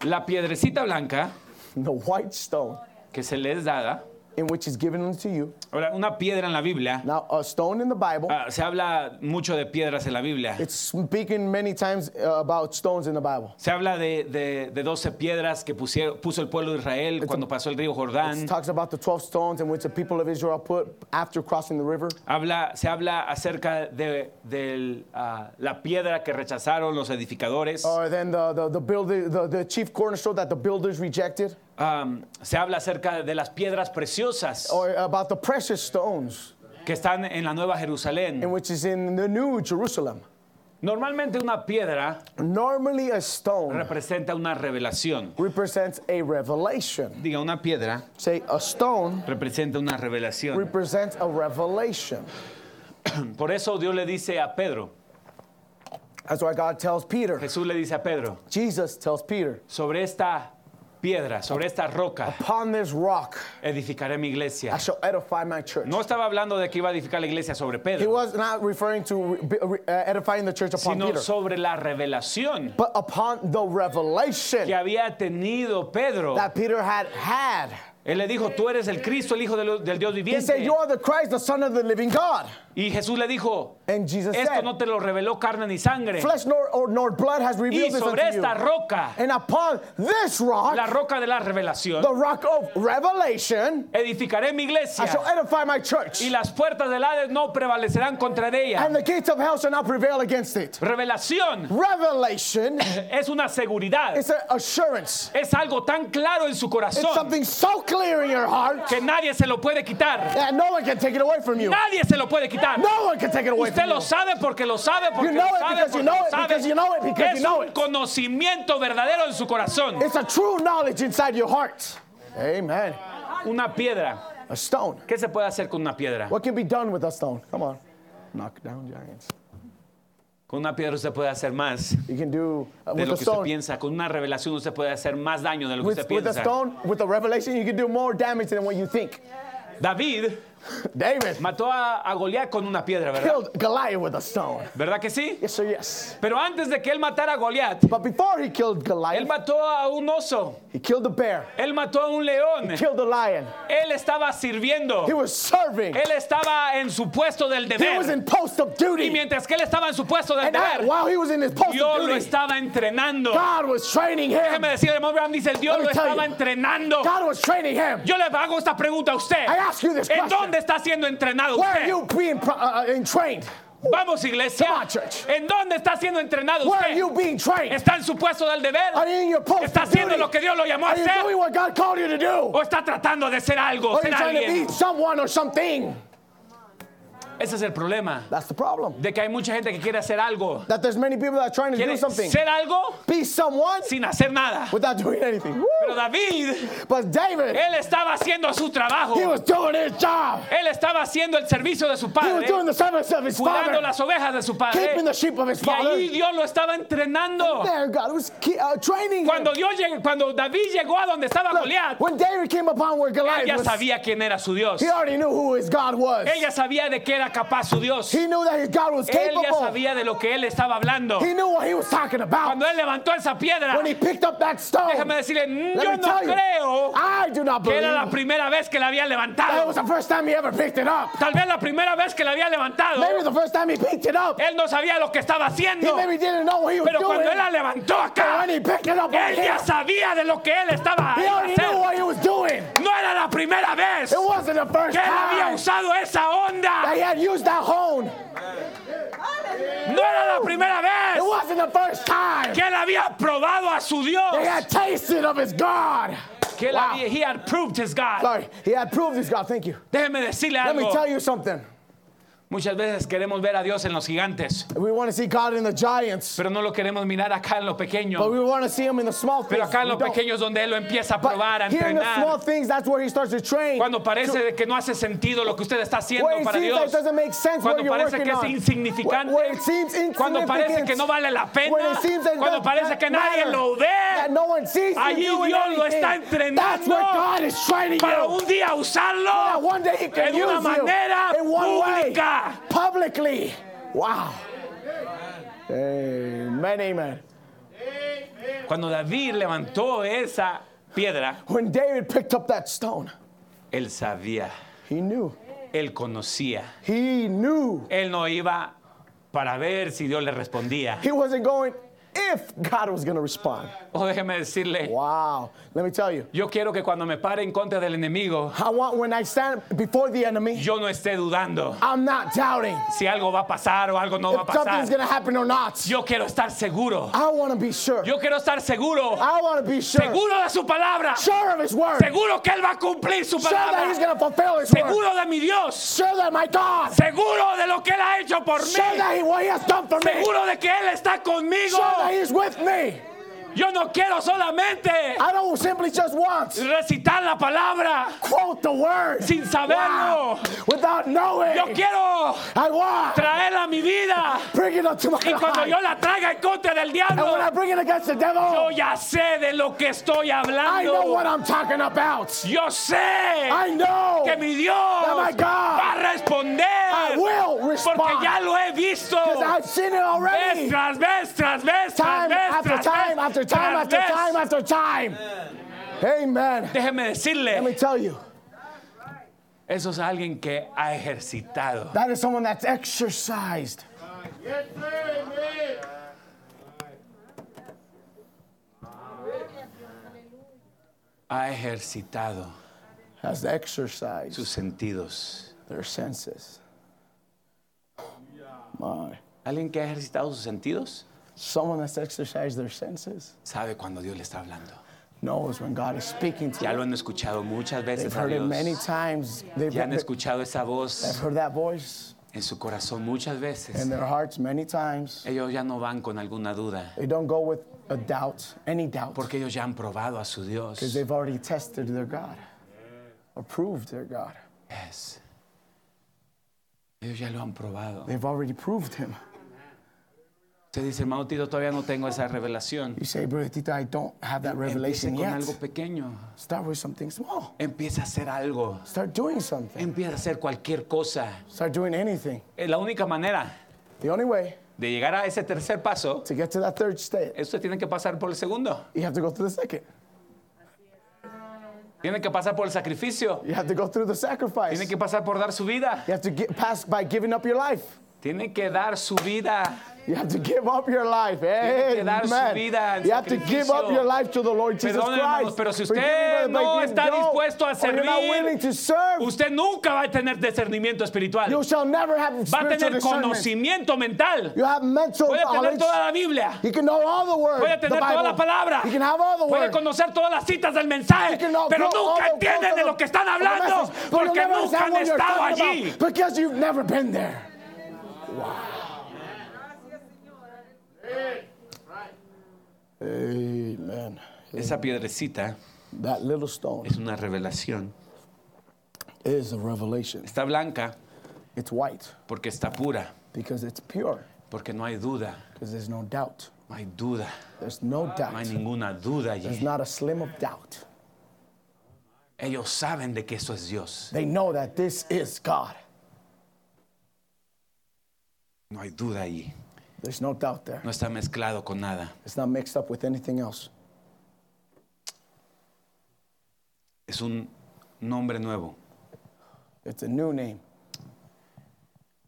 Speaker 1: la piedrecita blanca
Speaker 3: the white stone
Speaker 1: que se le es dada,
Speaker 3: in which is given unto you.
Speaker 1: ahora una piedra en la Biblia,
Speaker 3: Now a stone in the Bible,
Speaker 1: ah, se habla mucho de piedras en la Biblia.
Speaker 3: it's speaking many times uh, about stones in the Bible.
Speaker 1: Se habla de, de, de 12 piedras que pusieron- puso el pueblo de Israel cuando pasó el río Jordán.
Speaker 3: It talks about the 12 stones in which the people of Israel put after crossing the river.
Speaker 1: Habla, se habla acerca de, del, ah, la piedra que rechazaron los edificadores.
Speaker 3: Or then the, the, the, builder, the, the chief cornerstone that the builders rejected.
Speaker 1: Am, se habla acerca de las piedras preciosas
Speaker 3: Or about the precious stones
Speaker 1: que están en la Nueva
Speaker 3: in
Speaker 1: Jerusalén.
Speaker 3: which is in the new Jerusalem.
Speaker 1: Normalmente una piedra
Speaker 3: Normally a stone
Speaker 1: representa una revelación.
Speaker 3: represents a revelation.
Speaker 1: Diga, una piedra
Speaker 3: Say a stone
Speaker 1: representa una revelación.
Speaker 3: represents a revelation.
Speaker 1: Por eso Dios le dice a Pedro,
Speaker 3: That's why God tells Peter.
Speaker 1: Jesús le dice a Pedro,
Speaker 3: Jesus tells Peter,
Speaker 1: sobre esta piedra, sobre esta roca,
Speaker 3: upon this rock
Speaker 1: edificaré mi
Speaker 3: I
Speaker 1: iglesia.
Speaker 3: shall edify my church.
Speaker 1: No estaba hablando de que iba a edificar la iglesia sobre
Speaker 3: He
Speaker 1: Pedro,
Speaker 3: was not referring to re- re- uh, edifying the church upon
Speaker 1: sino
Speaker 3: Peter,
Speaker 1: sobre la revelación
Speaker 3: but upon the revelation
Speaker 1: que había tenido Pedro.
Speaker 3: that Peter had had.
Speaker 1: Él le dijo, tú eres el Cristo, el Hijo del, del Dios
Speaker 3: He said,
Speaker 1: viviente.
Speaker 3: You are the Christ, the Son of the living God.
Speaker 1: Y Jesús le dijo,
Speaker 3: And Jesus
Speaker 1: Esto
Speaker 3: said,
Speaker 1: no te lo reveló carne ni sangre.
Speaker 3: Flesh nor, or, nor blood has
Speaker 1: Y
Speaker 3: revealed this
Speaker 1: sobre
Speaker 3: unto you.
Speaker 1: esta roca,
Speaker 3: And upon this
Speaker 1: la
Speaker 3: rock,
Speaker 1: roca de la revelación,
Speaker 3: the rock of revelation,
Speaker 1: edificaré mi
Speaker 3: I shall
Speaker 1: iglesia.
Speaker 3: edify my church.
Speaker 1: Y las puertas del Hades no prevalecerán contra ella.
Speaker 3: And the gates of hell shall not prevail against it.
Speaker 1: Revelación
Speaker 3: Revelation
Speaker 1: es una seguridad.
Speaker 3: is an assurance.
Speaker 1: Es algo tan claro en su
Speaker 3: It's
Speaker 1: corazón
Speaker 3: something so clear in your heart
Speaker 1: que nadie se lo puede quitar.
Speaker 3: that no one can take it away from you.
Speaker 1: Nadie se lo puede quitar.
Speaker 3: No one can take it away
Speaker 1: Usted
Speaker 3: from you.
Speaker 1: lo sabe porque lo sabe, porque
Speaker 3: Pues know
Speaker 1: lo
Speaker 3: it
Speaker 1: sabe,
Speaker 3: because
Speaker 1: porque
Speaker 3: you know
Speaker 1: lo
Speaker 3: it,
Speaker 1: sabe.
Speaker 3: because you know it, because
Speaker 1: Es
Speaker 3: you know
Speaker 1: un
Speaker 3: it.
Speaker 1: conocimiento verdadero en su corazón.
Speaker 3: It's a true knowledge inside your heart. Amen.
Speaker 1: Una piedra.
Speaker 3: A stone.
Speaker 1: ¿Qué se puede hacer con una piedra?
Speaker 3: What can be done with a stone? Come on. Knock down giants.
Speaker 1: Con una piedra usted puede hacer más.
Speaker 3: You can do uh,
Speaker 1: de
Speaker 3: with
Speaker 1: lo
Speaker 3: a
Speaker 1: que usted
Speaker 3: stone.
Speaker 1: piensa. Con una revelación usted puede hacer más daño de lo que
Speaker 3: With,
Speaker 1: usted
Speaker 3: with a
Speaker 1: piensa.
Speaker 3: stone, with a revelation, you can do more damage than what you think.
Speaker 1: David
Speaker 3: David
Speaker 1: mató a, a Goliat con una piedra, ¿verdad?
Speaker 3: killed Goliath with a stone.
Speaker 1: ¿Verdad que sí?
Speaker 3: Yes, sir, yes.
Speaker 1: Pero antes de que él matara a Goliat,
Speaker 3: But before he killed
Speaker 1: él
Speaker 3: Goliath,
Speaker 1: mató a un oso,
Speaker 3: he killed the bear,
Speaker 1: él mató a un león,
Speaker 3: killed the lion.
Speaker 1: él estaba sirviendo,
Speaker 3: He was serving.
Speaker 1: él estaba en su puesto del
Speaker 3: He was
Speaker 1: deber.
Speaker 3: in post of
Speaker 1: Y
Speaker 3: duty.
Speaker 1: mientras que él estaba en su puesto del
Speaker 3: And I-
Speaker 1: deber,
Speaker 3: while he was in his post
Speaker 1: Dios
Speaker 3: of
Speaker 1: lo
Speaker 3: duty,
Speaker 1: estaba entrenando.
Speaker 3: God was training him.
Speaker 1: Déjeme decirle, hermano Abraham dice, Dios
Speaker 3: Let me
Speaker 1: lo
Speaker 3: tell
Speaker 1: estaba
Speaker 3: you.
Speaker 1: entrenando.
Speaker 3: God was training him.
Speaker 1: Yo le hago esta pregunta a usted.
Speaker 3: I ask you this
Speaker 1: ¿En
Speaker 3: question.
Speaker 1: dónde está siendo entrenado
Speaker 3: Where are
Speaker 1: usted?
Speaker 3: you being pro- uh, uh, trained?
Speaker 1: Vamos,
Speaker 3: Come
Speaker 1: iglesia.
Speaker 3: on, church.
Speaker 1: ¿En dónde está siendo entrenado
Speaker 3: Where are you
Speaker 1: usted?
Speaker 3: being trained?
Speaker 1: ¿Está en su puesto del deber?
Speaker 3: Are you in your post
Speaker 1: ¿Está
Speaker 3: of
Speaker 1: haciendo
Speaker 3: duty?
Speaker 1: lo que Dios lo llamó a
Speaker 3: Are you
Speaker 1: hacer?
Speaker 3: doing what God called you to do?
Speaker 1: ¿O está tratando de ser algo,
Speaker 3: Are you
Speaker 1: ser
Speaker 3: trying to
Speaker 1: alguien?
Speaker 3: be someone or something?
Speaker 1: Ese es el problema.
Speaker 3: That's the problem.
Speaker 1: De que hay mucha gente que quiere hacer algo.
Speaker 3: That there's many people that are trying to
Speaker 1: Quiere
Speaker 3: do something.
Speaker 1: ser algo
Speaker 3: Be someone
Speaker 1: sin hacer nada.
Speaker 3: without doing anything. Woo!
Speaker 1: Pero David,
Speaker 3: But David,
Speaker 1: él estaba haciendo su trabajo.
Speaker 3: he was doing his job.
Speaker 1: Él estaba haciendo el servicio de su
Speaker 3: He was
Speaker 1: padre.
Speaker 3: doing the service of his
Speaker 1: Cuidando
Speaker 3: father,
Speaker 1: las ovejas de su padre.
Speaker 3: keeping the sheep of his
Speaker 1: Y ahí
Speaker 3: father.
Speaker 1: Dios lo estaba entrenando.
Speaker 3: There, God was ki- uh, training him.
Speaker 1: Cuando, Dios llegó- cuando David llegó a donde estaba Goliat,
Speaker 3: When David came upon where Goliath
Speaker 1: ya
Speaker 3: was,
Speaker 1: sabía quién era su Dios.
Speaker 3: he already knew who his God was.
Speaker 1: Él ya sabía de qué era capaz su Dios.
Speaker 3: He knew that his God was
Speaker 1: Él ya
Speaker 3: capable.
Speaker 1: sabía de lo que él estaba hablando.
Speaker 3: He knew what he was talking about
Speaker 1: Cuando él levantó esa piedra,
Speaker 3: when he picked up that stone.
Speaker 1: déjame decirle, "Mm,
Speaker 3: Let
Speaker 1: yo
Speaker 3: me
Speaker 1: no
Speaker 3: tell you,
Speaker 1: creo
Speaker 3: I do not
Speaker 1: que
Speaker 3: believe
Speaker 1: era la primera vez que la había
Speaker 3: that it
Speaker 1: levantado.
Speaker 3: was the first time he ever picked it up.
Speaker 1: Tal vez la primera vez que la había levantado,
Speaker 3: Maybe the first time he picked it up,
Speaker 1: él no sabía lo que estaba
Speaker 3: he
Speaker 1: haciendo.
Speaker 3: maybe didn't know what he was
Speaker 1: Pero
Speaker 3: doing.
Speaker 1: cuando él la levantó
Speaker 3: But
Speaker 1: acá,
Speaker 3: when he picked it up,
Speaker 1: él
Speaker 3: right
Speaker 1: ya
Speaker 3: here,
Speaker 1: sabía de lo que él estaba
Speaker 3: he
Speaker 1: iba a
Speaker 3: already knew
Speaker 1: hacer.
Speaker 3: what he was doing. It
Speaker 1: No era la primera vez
Speaker 3: wasn't the first
Speaker 1: que él había
Speaker 3: time
Speaker 1: usado esa
Speaker 3: that
Speaker 1: onda.
Speaker 3: he had used that horn.
Speaker 1: No era la primera
Speaker 3: It
Speaker 1: vez
Speaker 3: wasn't the first time
Speaker 1: que él había probado a su Dios.
Speaker 3: they had tasted of his God.
Speaker 1: Que él
Speaker 3: Wow.
Speaker 1: había, he had proved his God.
Speaker 3: Sorry, he had proved his God. Thank you.
Speaker 1: Déjeme decirle
Speaker 3: Let me
Speaker 1: algo.
Speaker 3: tell you something.
Speaker 1: Muchas veces queremos ver a Dios en los gigantes,
Speaker 3: We want to see God in the giants,
Speaker 1: pero no lo queremos mirar acá en lo
Speaker 3: but
Speaker 1: pequeño.
Speaker 3: we want to see him in the small things.
Speaker 1: Pero acá en
Speaker 3: We
Speaker 1: lo
Speaker 3: don't.
Speaker 1: pequeño es donde él lo empieza a probar, a
Speaker 3: But here in the small
Speaker 1: entrenar.
Speaker 3: things, that's where he starts to train.
Speaker 1: Cuando parece de que no hace sentido lo que usted está haciendo
Speaker 3: Where it
Speaker 1: para
Speaker 3: seems like
Speaker 1: Dios.
Speaker 3: it doesn't make sense what
Speaker 1: Cuando
Speaker 3: you're
Speaker 1: parece
Speaker 3: working
Speaker 1: que es
Speaker 3: on.
Speaker 1: insignificante.
Speaker 3: Where it seems insignificant.
Speaker 1: Cuando parece que no vale la pena.
Speaker 3: When it seems that it
Speaker 1: Cuando
Speaker 3: doesn't
Speaker 1: parece que nadie
Speaker 3: matter.
Speaker 1: lo ve.
Speaker 3: That no one sees you
Speaker 1: Allí
Speaker 3: doing
Speaker 1: Dios lo está
Speaker 3: anything. That's where
Speaker 1: entrenando
Speaker 3: God is training
Speaker 1: Para
Speaker 3: you.
Speaker 1: un día
Speaker 3: That
Speaker 1: usarlo
Speaker 3: one day he can
Speaker 1: en una
Speaker 3: use
Speaker 1: manera
Speaker 3: you in one
Speaker 1: pública.
Speaker 3: way, publicly. Wow. Amen, amen.
Speaker 1: Cuando David levantó esa piedra,
Speaker 3: When David picked up that stone,
Speaker 1: él sabía,
Speaker 3: he knew.
Speaker 1: él conocía.
Speaker 3: He knew.
Speaker 1: Él no iba para ver si Dios le respondía.
Speaker 3: He wasn't going if God was going to respond.
Speaker 1: O déjeme decirle,
Speaker 3: Wow. Let me tell you.
Speaker 1: yo quiero que cuando me pare en contra del enemigo,
Speaker 3: I want when I stand before the enemy,
Speaker 1: yo no esté dudando
Speaker 3: I'm not doubting
Speaker 1: si algo va a pasar o algo no va a
Speaker 3: if something's
Speaker 1: pasar.
Speaker 3: going to happen or not.
Speaker 1: Yo quiero estar seguro.
Speaker 3: I want to be sure.
Speaker 1: Yo quiero estar seguro.
Speaker 3: I want to be sure.
Speaker 1: Seguro de su palabra.
Speaker 3: Sure of his word.
Speaker 1: Seguro que Él va a cumplir su
Speaker 3: Sure that
Speaker 1: palabra.
Speaker 3: he's going to fulfill his word.
Speaker 1: Seguro de mi Dios.
Speaker 3: Sure that my God.
Speaker 1: Seguro de lo que Él ha hecho por
Speaker 3: Sure
Speaker 1: mí.
Speaker 3: that he, what he has done for me.
Speaker 1: Seguro de que Él está conmigo.
Speaker 3: Sure that he's with me.
Speaker 1: Yo no quiero solamente
Speaker 3: I don't simply just want
Speaker 1: recitar la palabra
Speaker 3: quote the word
Speaker 1: sin saberlo.
Speaker 3: without knowing.
Speaker 1: Yo quiero
Speaker 3: I want
Speaker 1: traerla a mi vida.
Speaker 3: bring it up to my
Speaker 1: Y cuando yo
Speaker 3: God.
Speaker 1: la traiga en contra del
Speaker 3: And when I
Speaker 1: diablo,
Speaker 3: bring it against the devil,
Speaker 1: yo ya sé de lo que estoy
Speaker 3: I know what
Speaker 1: hablando.
Speaker 3: I'm talking about.
Speaker 1: Yo sé
Speaker 3: I know
Speaker 1: que mi Dios
Speaker 3: that Oh my
Speaker 1: va
Speaker 3: God
Speaker 1: a
Speaker 3: I
Speaker 1: responder.
Speaker 3: will
Speaker 1: Porque ya
Speaker 3: respond.
Speaker 1: lo he visto.
Speaker 3: Because I've seen it
Speaker 1: Vez
Speaker 3: already.
Speaker 1: tras vez, tras vez, tras
Speaker 3: Time
Speaker 1: vez,
Speaker 3: after
Speaker 1: tras
Speaker 3: time
Speaker 1: vez,
Speaker 3: after time
Speaker 1: tras
Speaker 3: after
Speaker 1: vez.
Speaker 3: time after time. Amen.
Speaker 1: Déjeme
Speaker 3: Let me
Speaker 1: decirle,
Speaker 3: tell you,
Speaker 1: eso es alguien que ha ejercitado.
Speaker 3: that is someone that's exercised.
Speaker 1: Ha ejercitado
Speaker 3: has exercised
Speaker 1: sus sentidos.
Speaker 3: their senses. My.
Speaker 1: Alguien que ha ejercitado sus sentidos
Speaker 3: Someone that's exercised their senses
Speaker 1: sabe cuando Dios le está hablando.
Speaker 3: knows when God is speaking to
Speaker 1: Ya
Speaker 3: them.
Speaker 1: lo han escuchado muchas
Speaker 3: They've
Speaker 1: veces a
Speaker 3: heard it
Speaker 1: Dios.
Speaker 3: many times. They've
Speaker 1: Ya han
Speaker 3: they've
Speaker 1: escuchado esa voz
Speaker 3: heard that voice
Speaker 1: en su corazón muchas
Speaker 3: in
Speaker 1: veces.
Speaker 3: their hearts many times.
Speaker 1: Ellos ya no van con alguna duda,
Speaker 3: They don't go with a doubt, any doubt, because
Speaker 1: porque ellos ya han probado a su Dios.
Speaker 3: they've already tested their God, approved their God.
Speaker 1: Yes. Ellos ya lo han probado.
Speaker 3: They've already proved Him.
Speaker 1: Usted dice, hermano Tito, todavía no tengo esa revelación.
Speaker 3: You say, Brother Tito, I don't have that
Speaker 1: Empiece
Speaker 3: revelation
Speaker 1: con
Speaker 3: yet.
Speaker 1: algo pequeño.
Speaker 3: Start with something small.
Speaker 1: Empieza a hacer algo.
Speaker 3: Start doing something.
Speaker 1: Empieza a hacer cualquier cosa.
Speaker 3: Start doing anything.
Speaker 1: Eh, La única manera
Speaker 3: The only way
Speaker 1: de llegar a ese tercer paso
Speaker 3: to get to that third state
Speaker 1: es usted tiene que pasar por el segundo.
Speaker 3: You have to go through the second.
Speaker 1: Tiene que pasar por el sacrificio.
Speaker 3: You have to go through the sacrifice.
Speaker 1: Tiene que pasar por dar su vida.
Speaker 3: You have to get past by giving up your life.
Speaker 1: Tiene que dar su vida.
Speaker 3: You have to give up your life.
Speaker 1: Tiene que dar su
Speaker 3: Amen.
Speaker 1: vida en
Speaker 3: You have to give up
Speaker 1: sacrificio.
Speaker 3: your life to the Lord Jesus
Speaker 1: Perdone, hermanos,
Speaker 3: Christ.
Speaker 1: pero si
Speaker 3: Forgive me,
Speaker 1: usted
Speaker 3: brother,
Speaker 1: no
Speaker 3: but if you
Speaker 1: está
Speaker 3: don't,
Speaker 1: dispuesto a
Speaker 3: or you're not
Speaker 1: servir,
Speaker 3: willing to serve,
Speaker 1: Usted nunca va a tener discernimiento espiritual.
Speaker 3: you shall never have
Speaker 1: Va a
Speaker 3: spiritual
Speaker 1: tener
Speaker 3: discernment.
Speaker 1: conocimiento mental.
Speaker 3: You have mental
Speaker 1: Puede tener
Speaker 3: knowledge.
Speaker 1: toda la Biblia.
Speaker 3: You can know all the words.
Speaker 1: Puede tener
Speaker 3: the
Speaker 1: toda
Speaker 3: Bible.
Speaker 1: la palabra.
Speaker 3: You can have all the
Speaker 1: Puede
Speaker 3: word.
Speaker 1: conocer todas las citas del
Speaker 3: You
Speaker 1: mensaje.
Speaker 3: can know-
Speaker 1: Pero
Speaker 3: know all
Speaker 1: nunca
Speaker 3: the-
Speaker 1: entienden de lo que están
Speaker 3: all the
Speaker 1: hablando
Speaker 3: message, but you'll
Speaker 1: porque
Speaker 3: never
Speaker 1: nunca
Speaker 3: understand
Speaker 1: han
Speaker 3: what you're
Speaker 1: estado
Speaker 3: talking about
Speaker 1: allí.
Speaker 3: Because you've never been there. Wow. Amen.
Speaker 1: Esa piedrecita
Speaker 3: That little stone
Speaker 1: es una revelación.
Speaker 3: is a revelation.
Speaker 1: Está blanca
Speaker 3: It's white
Speaker 1: porque está pura,
Speaker 3: because it's pure,
Speaker 1: porque no hay duda.
Speaker 3: because there's no doubt.
Speaker 1: No hay duda.
Speaker 3: There's no
Speaker 1: No hay
Speaker 3: doubt.
Speaker 1: ninguna duda
Speaker 3: There's
Speaker 1: allí.
Speaker 3: not a slim of doubt.
Speaker 1: Ellos saben de que eso es Dios.
Speaker 3: They know that this is God.
Speaker 1: No hay duda allí.
Speaker 3: There's no doubt there.
Speaker 1: No está mezclado con nada.
Speaker 3: It's not mixed up with anything else.
Speaker 1: Es un nombre nuevo.
Speaker 3: It's a new name.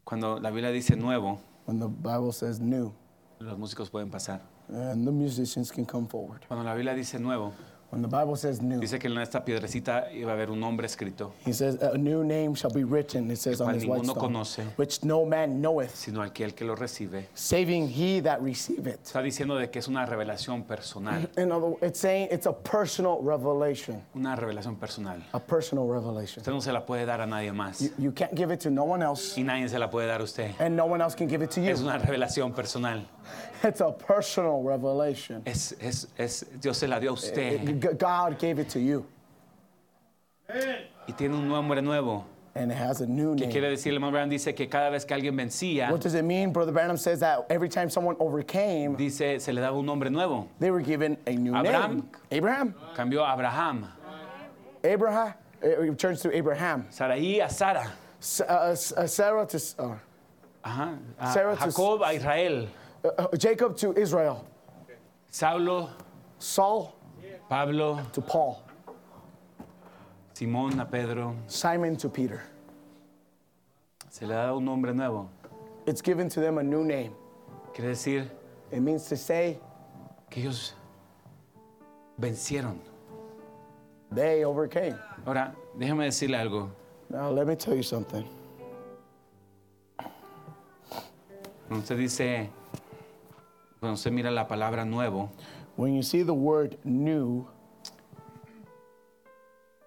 Speaker 1: Cuando la Biblia dice nuevo,
Speaker 3: When the Bible says new,
Speaker 1: los músicos pueden pasar.
Speaker 3: and the musicians can come forward.
Speaker 1: Cuando la Biblia dice nuevo,
Speaker 3: When the Bible says new,
Speaker 1: Dice que en esta piedrecita iba a haber un nombre escrito,
Speaker 3: he says, A new name shall be written, it says on
Speaker 1: cual
Speaker 3: his white
Speaker 1: ninguno
Speaker 3: stone,
Speaker 1: conoce.
Speaker 3: which no man knoweth,
Speaker 1: sino aquel que lo recibe.
Speaker 3: saving he that receive it.
Speaker 1: Está diciendo de que es una revelación personal,
Speaker 3: In other words, it's saying it's a personal revelation.
Speaker 1: una revelación personal.
Speaker 3: A personal revelation.
Speaker 1: Usted no se la puede dar a nadie más
Speaker 3: You, you can't give it to no one else,
Speaker 1: y nadie se la puede dar a usted.
Speaker 3: and no one else can give it to
Speaker 1: Es
Speaker 3: you.
Speaker 1: una revelación personal.
Speaker 3: It's a personal revelation.
Speaker 1: Es, es, es- Dios se la
Speaker 3: Eh,
Speaker 1: dio a usted
Speaker 3: G- God gave it to you,
Speaker 1: y tiene un nombre nuevo.
Speaker 3: and it has a new
Speaker 1: ¿Qué quiere
Speaker 3: name.
Speaker 1: decir? El hermano Branham dice que cada vez que alguien vencía,
Speaker 3: What does it mean? Brother Branham says that every time someone overcame,
Speaker 1: dice, se le daba un nombre nuevo.
Speaker 3: they were given a new
Speaker 1: Abraham.
Speaker 3: name. Abraham.
Speaker 1: Cambió a Abraham,
Speaker 3: Abraham. It returns to Abraham.
Speaker 1: Saraí a Sara,
Speaker 3: S- uh, S- uh, Sarah to S- uh,
Speaker 1: ajá, a
Speaker 3: Sarah to-
Speaker 1: Jacob a Israel,
Speaker 3: uh, uh, Jacob to Israel.
Speaker 1: Saulo,
Speaker 3: Saul
Speaker 1: Pablo,
Speaker 3: to Paul.
Speaker 1: Simón a Pedro.
Speaker 3: Simon to Peter.
Speaker 1: Se le da un nombre nuevo.
Speaker 3: It's given to them a new name.
Speaker 1: Quiere decir
Speaker 3: It means to say
Speaker 1: que ellos vencieron.
Speaker 3: they overcame.
Speaker 1: Ahora, déjame decirle algo.
Speaker 3: Now, let me tell you something.
Speaker 1: Cuando usted dice, cuando usted mira la palabra nuevo,
Speaker 3: When you see the word new,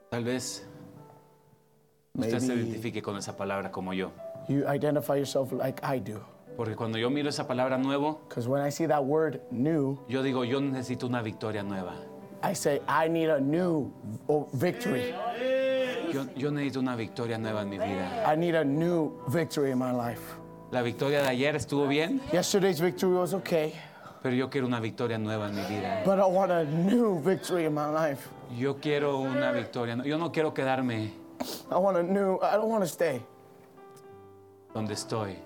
Speaker 1: tal vez usted se
Speaker 3: maybe
Speaker 1: identifique con esa palabra como yo.
Speaker 3: you identify yourself like I do.
Speaker 1: Porque cuando yo miro esa palabra nuevo,
Speaker 3: Because when I see that word new,
Speaker 1: yo digo, yo necesito una victoria nueva.
Speaker 3: I say, I need a new o- victory.
Speaker 1: Yo, yo necesito una victoria nueva en mi vida.
Speaker 3: I need a new victory in my life.
Speaker 1: La victoria de ayer estuvo bien,
Speaker 3: Yesterday's victory was okay,
Speaker 1: pero yo quiero una victoria nueva en mi vida.
Speaker 3: but I want a new victory in my life.
Speaker 1: Yo quiero una victoria. nu- Yo no quiero quedarme
Speaker 3: I want a new, I don't want to stay
Speaker 1: donde estoy.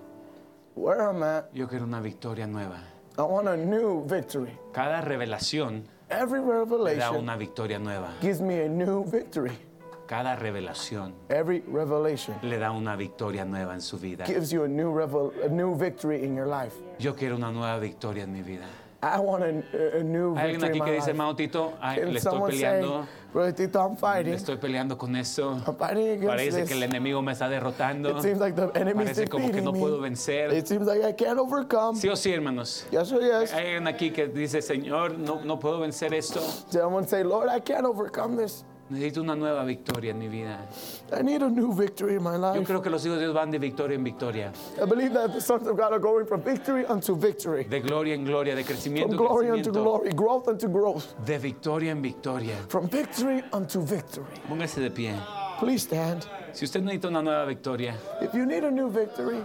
Speaker 3: where I'm at.
Speaker 1: Yo quiero una victoria nueva.
Speaker 3: I want a new victory.
Speaker 1: Cada revelación
Speaker 3: Every
Speaker 1: me da
Speaker 3: revelation
Speaker 1: una victoria nueva.
Speaker 3: gives me a new victory.
Speaker 1: Cada revelación
Speaker 3: Every revelation
Speaker 1: le da una victoria nueva en su vida.
Speaker 3: gives you a new revel- a new victory in your life.
Speaker 1: Yo quiero una nueva victoria en mi vida.
Speaker 3: I want a, a new
Speaker 1: Hay alguien
Speaker 3: victory
Speaker 1: aquí
Speaker 3: in
Speaker 1: que
Speaker 3: my
Speaker 1: dice,
Speaker 3: life.
Speaker 1: hermano Tito, ay,
Speaker 3: Can
Speaker 1: le estoy
Speaker 3: someone
Speaker 1: peleando,
Speaker 3: say, Brother Tito, I'm
Speaker 1: le
Speaker 3: fighting.
Speaker 1: estoy peleando con eso.
Speaker 3: I'm fighting against
Speaker 1: Parece
Speaker 3: this.
Speaker 1: que el enemigo me está derrotando.
Speaker 3: It seems like the enemy's
Speaker 1: Parece como que
Speaker 3: defeating
Speaker 1: no
Speaker 3: me.
Speaker 1: puedo vencer.
Speaker 3: It seems like I can't overcome.
Speaker 1: Sí o sí, hermanos.
Speaker 3: Yes or yes.
Speaker 1: Hay alguien aquí que dice, Señor, no, no puedo vencer esto.
Speaker 3: Someone say, Lord, I can't overcome this.
Speaker 1: Necesito una nueva victoria en mi vida.
Speaker 3: I need a new victory in my
Speaker 1: Yo
Speaker 3: life.
Speaker 1: creo que los hijos de Dios van de victoria en victoria,
Speaker 3: I believe that the sons of God are going from victory unto victory,
Speaker 1: de gloria en gloria, de
Speaker 3: from
Speaker 1: crecimiento en
Speaker 3: glory unto
Speaker 1: crecimiento,
Speaker 3: glory, growth unto growth,
Speaker 1: de victoria en victoria.
Speaker 3: from victory unto victory.
Speaker 1: Póngase de pie.
Speaker 3: Please stand.
Speaker 1: Si usted necesita una nueva victoria,
Speaker 3: If you need a new victory,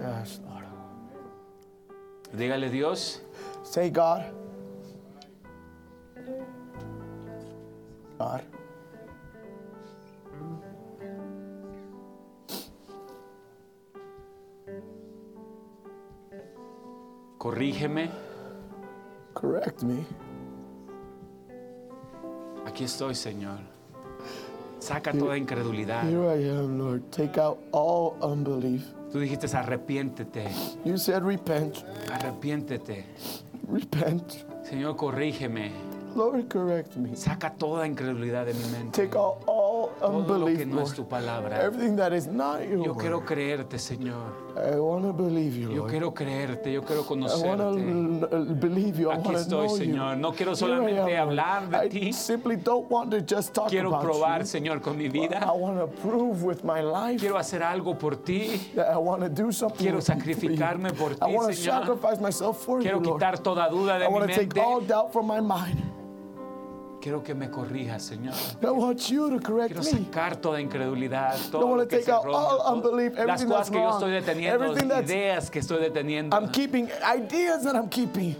Speaker 3: yes, Lord.
Speaker 1: dígale Dios,
Speaker 3: Say, God. God.
Speaker 1: corrígeme,
Speaker 3: Correct me.
Speaker 1: aquí estoy, Señor. Saca toda incredulidad.
Speaker 3: Here I am, Lord. Take out all unbelief.
Speaker 1: Tú dijiste, arrepiéntete,
Speaker 3: You said, repent,
Speaker 1: arrepiéntete.
Speaker 3: repent.
Speaker 1: Señor, corrígeme.
Speaker 3: Lord, correct me.
Speaker 1: Saca toda incredulidad de mi mente.
Speaker 3: Take out all
Speaker 1: Todo lo que
Speaker 3: unbelief,
Speaker 1: no es
Speaker 3: Lord.
Speaker 1: tu palabra.
Speaker 3: Everything that is not your
Speaker 1: Yo quiero
Speaker 3: word.
Speaker 1: creerte, Señor.
Speaker 3: I want to believe you,
Speaker 1: Yo
Speaker 3: Lord.
Speaker 1: quiero creerte, yo quiero
Speaker 3: I want
Speaker 1: conocerte.
Speaker 3: to believe you. I
Speaker 1: Aquí
Speaker 3: want to
Speaker 1: estoy,
Speaker 3: know you.
Speaker 1: Señor. No quiero
Speaker 3: Here I
Speaker 1: solamente
Speaker 3: am, Lord.
Speaker 1: hablar de
Speaker 3: I
Speaker 1: ti.
Speaker 3: simply don't want to just talk
Speaker 1: Quiero
Speaker 3: about
Speaker 1: probar,
Speaker 3: you.
Speaker 1: Señor, con mi
Speaker 3: I
Speaker 1: vida.
Speaker 3: want to prove with my life
Speaker 1: Quiero hacer algo por ti.
Speaker 3: that I want to do something.
Speaker 1: Quiero
Speaker 3: with you, for you.
Speaker 1: sacrificarme por
Speaker 3: I
Speaker 1: ti,
Speaker 3: want to
Speaker 1: Señor.
Speaker 3: sacrifice myself for
Speaker 1: Quiero
Speaker 3: you, Lord.
Speaker 1: quitar toda duda
Speaker 3: I
Speaker 1: de mi
Speaker 3: want to take
Speaker 1: mente.
Speaker 3: all doubt from my mind.
Speaker 1: Quiero que me corrijas, Señor.
Speaker 3: I want you to correct
Speaker 1: Quiero
Speaker 3: me.
Speaker 1: sacar toda incredulidad,
Speaker 3: I
Speaker 1: todo lo
Speaker 3: wanna
Speaker 1: que
Speaker 3: take
Speaker 1: se
Speaker 3: out all
Speaker 1: erróneo, todo-
Speaker 3: unbelief,
Speaker 1: las
Speaker 3: everything
Speaker 1: cosas
Speaker 3: that's
Speaker 1: que yo
Speaker 3: wrong,
Speaker 1: estoy deteniendo,
Speaker 3: everything that's-
Speaker 1: ideas que estoy deteniendo
Speaker 3: I'm keeping ideas that I'm keeping.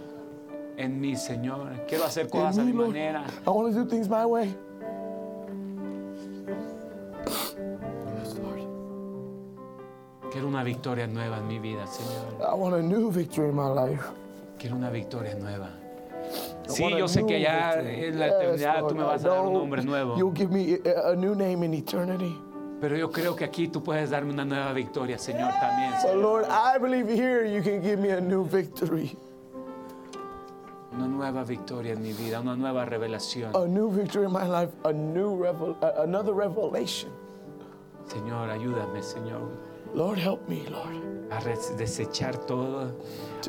Speaker 1: en mí, Señor. Quiero hacer
Speaker 3: in
Speaker 1: cosas a
Speaker 3: me,
Speaker 1: mi
Speaker 3: Lord.
Speaker 1: manera.
Speaker 3: I want to do things my way.
Speaker 1: Quiero una victoria nueva en mi vida, Señor.
Speaker 3: I want a new victory in my life.
Speaker 1: Quiero una victoria nueva.
Speaker 3: I
Speaker 1: Sí,
Speaker 3: want a
Speaker 1: yo sé
Speaker 3: new
Speaker 1: que allá
Speaker 3: victory.
Speaker 1: en la
Speaker 3: Yes,
Speaker 1: eternidad tú
Speaker 3: Lord,
Speaker 1: me
Speaker 3: I
Speaker 1: vas a dar un
Speaker 3: know
Speaker 1: nombre
Speaker 3: You'll
Speaker 1: nuevo.
Speaker 3: give me a, a new name in eternity.
Speaker 1: Pero yo creo que aquí tú puedes darme una nueva victoria, Señor, también.
Speaker 3: But Lord, I believe here you can give me a new victory,
Speaker 1: Una nueva victoria en mi vida, una nueva revelación.
Speaker 3: a new victory in my life, a new revel- uh, another revelation.
Speaker 1: Señor, ayúdame, Señor,
Speaker 3: Lord, help me, Lord,
Speaker 1: a res- desechar todo,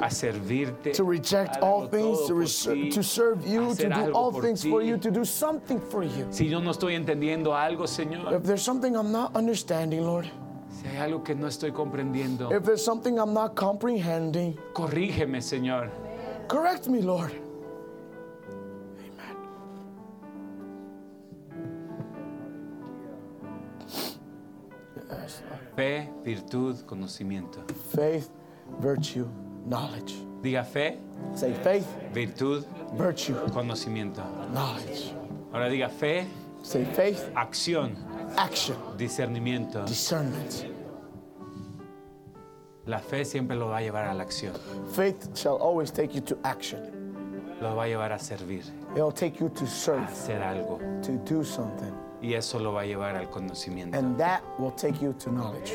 Speaker 1: a servirte.
Speaker 3: to reject
Speaker 1: a
Speaker 3: all
Speaker 1: darlo
Speaker 3: things,
Speaker 1: todo
Speaker 3: to,
Speaker 1: por
Speaker 3: res-
Speaker 1: ti,
Speaker 3: to serve you, to
Speaker 1: hacer
Speaker 3: do
Speaker 1: algo
Speaker 3: all
Speaker 1: por
Speaker 3: things for
Speaker 1: ti.
Speaker 3: you, to do something for you.
Speaker 1: Si yo no estoy entendiendo algo, Señor,
Speaker 3: If there's something I'm not understanding, Lord,
Speaker 1: si hay algo que no estoy comprendiendo,
Speaker 3: if there's something I'm not comprehending,
Speaker 1: corrígeme, Señor.
Speaker 3: correct me, Lord. Amen. Yes, Lord.
Speaker 1: Fe, virtud, conocimiento.
Speaker 3: faith, virtue, knowledge.
Speaker 1: Diga fe,
Speaker 3: Say faith,
Speaker 1: virtud,
Speaker 3: virtue,
Speaker 1: conocimiento.
Speaker 3: knowledge.
Speaker 1: Ahora diga fe,
Speaker 3: Say faith,
Speaker 1: acción,
Speaker 3: action,
Speaker 1: discernimiento.
Speaker 3: discernment.
Speaker 1: La fe siempre lo va a llevar a la acción,
Speaker 3: Faith shall always take you to action.
Speaker 1: lo va a llevar a servir,
Speaker 3: It'll take you to
Speaker 1: a
Speaker 3: serve,
Speaker 1: hacer algo.
Speaker 3: to do something.
Speaker 1: Y eso lo va a llevar al conocimiento.
Speaker 3: And that will take you to knowledge.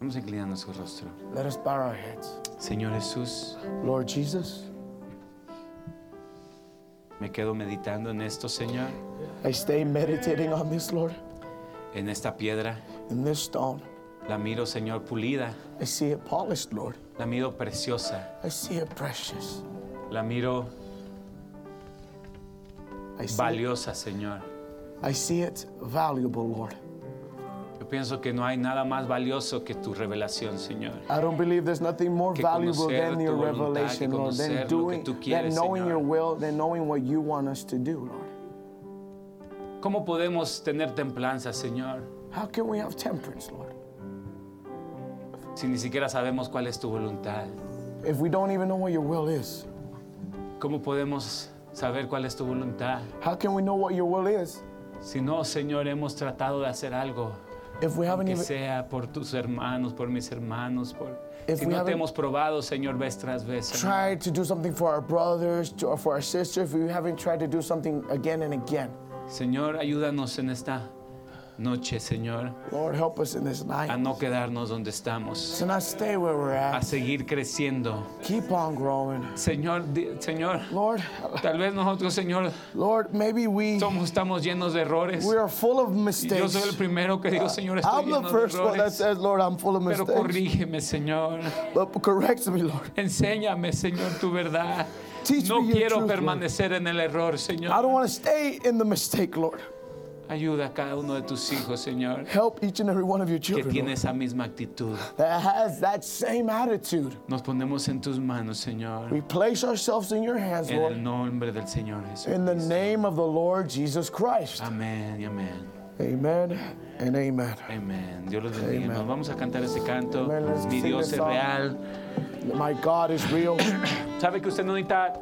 Speaker 1: Vamos inclinando su rostro.
Speaker 3: Let us bow our heads.
Speaker 1: Señor Jesús,
Speaker 3: Lord Jesus,
Speaker 1: me quedo meditando en esto, Señor,
Speaker 3: I stay meditating on this, Lord,
Speaker 1: en esta piedra.
Speaker 3: in this stone.
Speaker 1: La miro, Señor, pulida,
Speaker 3: I see it polished, Lord.
Speaker 1: la miro preciosa,
Speaker 3: I see it precious.
Speaker 1: la miro
Speaker 3: I see,
Speaker 1: valiosa, Señor.
Speaker 3: I see it valuable, Lord.
Speaker 1: Yo pienso que no hay nada más valioso que tu revelación, Señor.
Speaker 3: I don't believe there's nothing more
Speaker 1: Que
Speaker 3: valuable
Speaker 1: conocer
Speaker 3: than
Speaker 1: tu
Speaker 3: your
Speaker 1: voluntad, que
Speaker 3: revelation, Lord,
Speaker 1: conocer
Speaker 3: than
Speaker 1: lo que
Speaker 3: doing,
Speaker 1: tú
Speaker 3: than
Speaker 1: quieres,
Speaker 3: knowing
Speaker 1: Señor.
Speaker 3: your will, than knowing what you want us to do, Lord.
Speaker 1: ¿Cómo podemos tener templanza, Señor,
Speaker 3: How can we have temperance, Lord,
Speaker 1: si ni siquiera sabemos cuál es tu voluntad?
Speaker 3: if we don't even know what your will is?
Speaker 1: ¿Cómo podemos saber cuál es tu voluntad?
Speaker 3: How can we know what your will is
Speaker 1: Si no, Señor, hemos tratado de hacer algo,
Speaker 3: if we haven't
Speaker 1: que
Speaker 3: even
Speaker 1: sea por tus hermanos, por mis hermanos, por...
Speaker 3: If
Speaker 1: Si
Speaker 3: we
Speaker 1: no te
Speaker 3: haven't-
Speaker 1: hemos probado, Señor, vez tras vez. Señor.
Speaker 3: tried to do something for our brothers, to, or for our sisters, if we haven't tried to do something again and again?
Speaker 1: Señor, ayúdanos en esta noche, Señor,
Speaker 3: Lord, help us in this
Speaker 1: a
Speaker 3: night
Speaker 1: no quedarnos donde estamos,
Speaker 3: to not stay where we're
Speaker 1: a
Speaker 3: at.
Speaker 1: seguir creciendo.
Speaker 3: Keep on growing.
Speaker 1: Señor, di- Señor,
Speaker 3: Lord,
Speaker 1: tal vez nosotros, Señor,
Speaker 3: Lord, maybe we
Speaker 1: somos, estamos llenos de errores.
Speaker 3: we are full of
Speaker 1: Y Yo soy el
Speaker 3: mistakes.
Speaker 1: primero que digo, Señor, estoy
Speaker 3: Uh, I'm the
Speaker 1: lleno de
Speaker 3: first one that
Speaker 1: errores.
Speaker 3: says, Lord, I'm full of
Speaker 1: Pero
Speaker 3: mistakes.
Speaker 1: corrígeme, Señor.
Speaker 3: But correct me, Lord.
Speaker 1: Enséñame, Señor, tu verdad.
Speaker 3: Teach
Speaker 1: No
Speaker 3: me your
Speaker 1: quiero
Speaker 3: truth, Lord.
Speaker 1: permanecer en el error,
Speaker 3: I don't
Speaker 1: Señor.
Speaker 3: want to stay in the mistake, Lord.
Speaker 1: Ayuda a cada uno de tus hijos, Señor,
Speaker 3: Help each and every one of your
Speaker 1: que
Speaker 3: children
Speaker 1: tiene
Speaker 3: Lord,
Speaker 1: esa misma actitud.
Speaker 3: that has that same attitude.
Speaker 1: Nos ponemos en tus manos, Señor.
Speaker 3: We place ourselves in your hands,
Speaker 1: En el
Speaker 3: Lord,
Speaker 1: nombre del Señor
Speaker 3: in
Speaker 1: Jesús.
Speaker 3: the name of the Lord Jesus Christ.
Speaker 1: Amén, y amén,
Speaker 3: Amen and amen.
Speaker 1: amén. Dios los bendiga.
Speaker 3: Amen.
Speaker 1: Nos vamos a cantar ese canto.
Speaker 3: Amen, let's
Speaker 1: Mi
Speaker 3: sing
Speaker 1: Dios
Speaker 3: this
Speaker 1: es
Speaker 3: song.
Speaker 1: real.
Speaker 3: My God is real.
Speaker 1: ¿Sabe que usted no necesita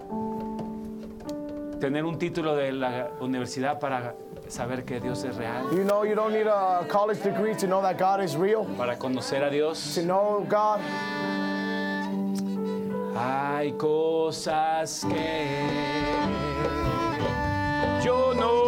Speaker 1: tener un título de la universidad para saber que Dios es real?
Speaker 3: You know, you don't need a college degree to know that God is real,
Speaker 1: Para conocer a Dios.
Speaker 3: to know God.
Speaker 1: Hay cosas que yo no Oh,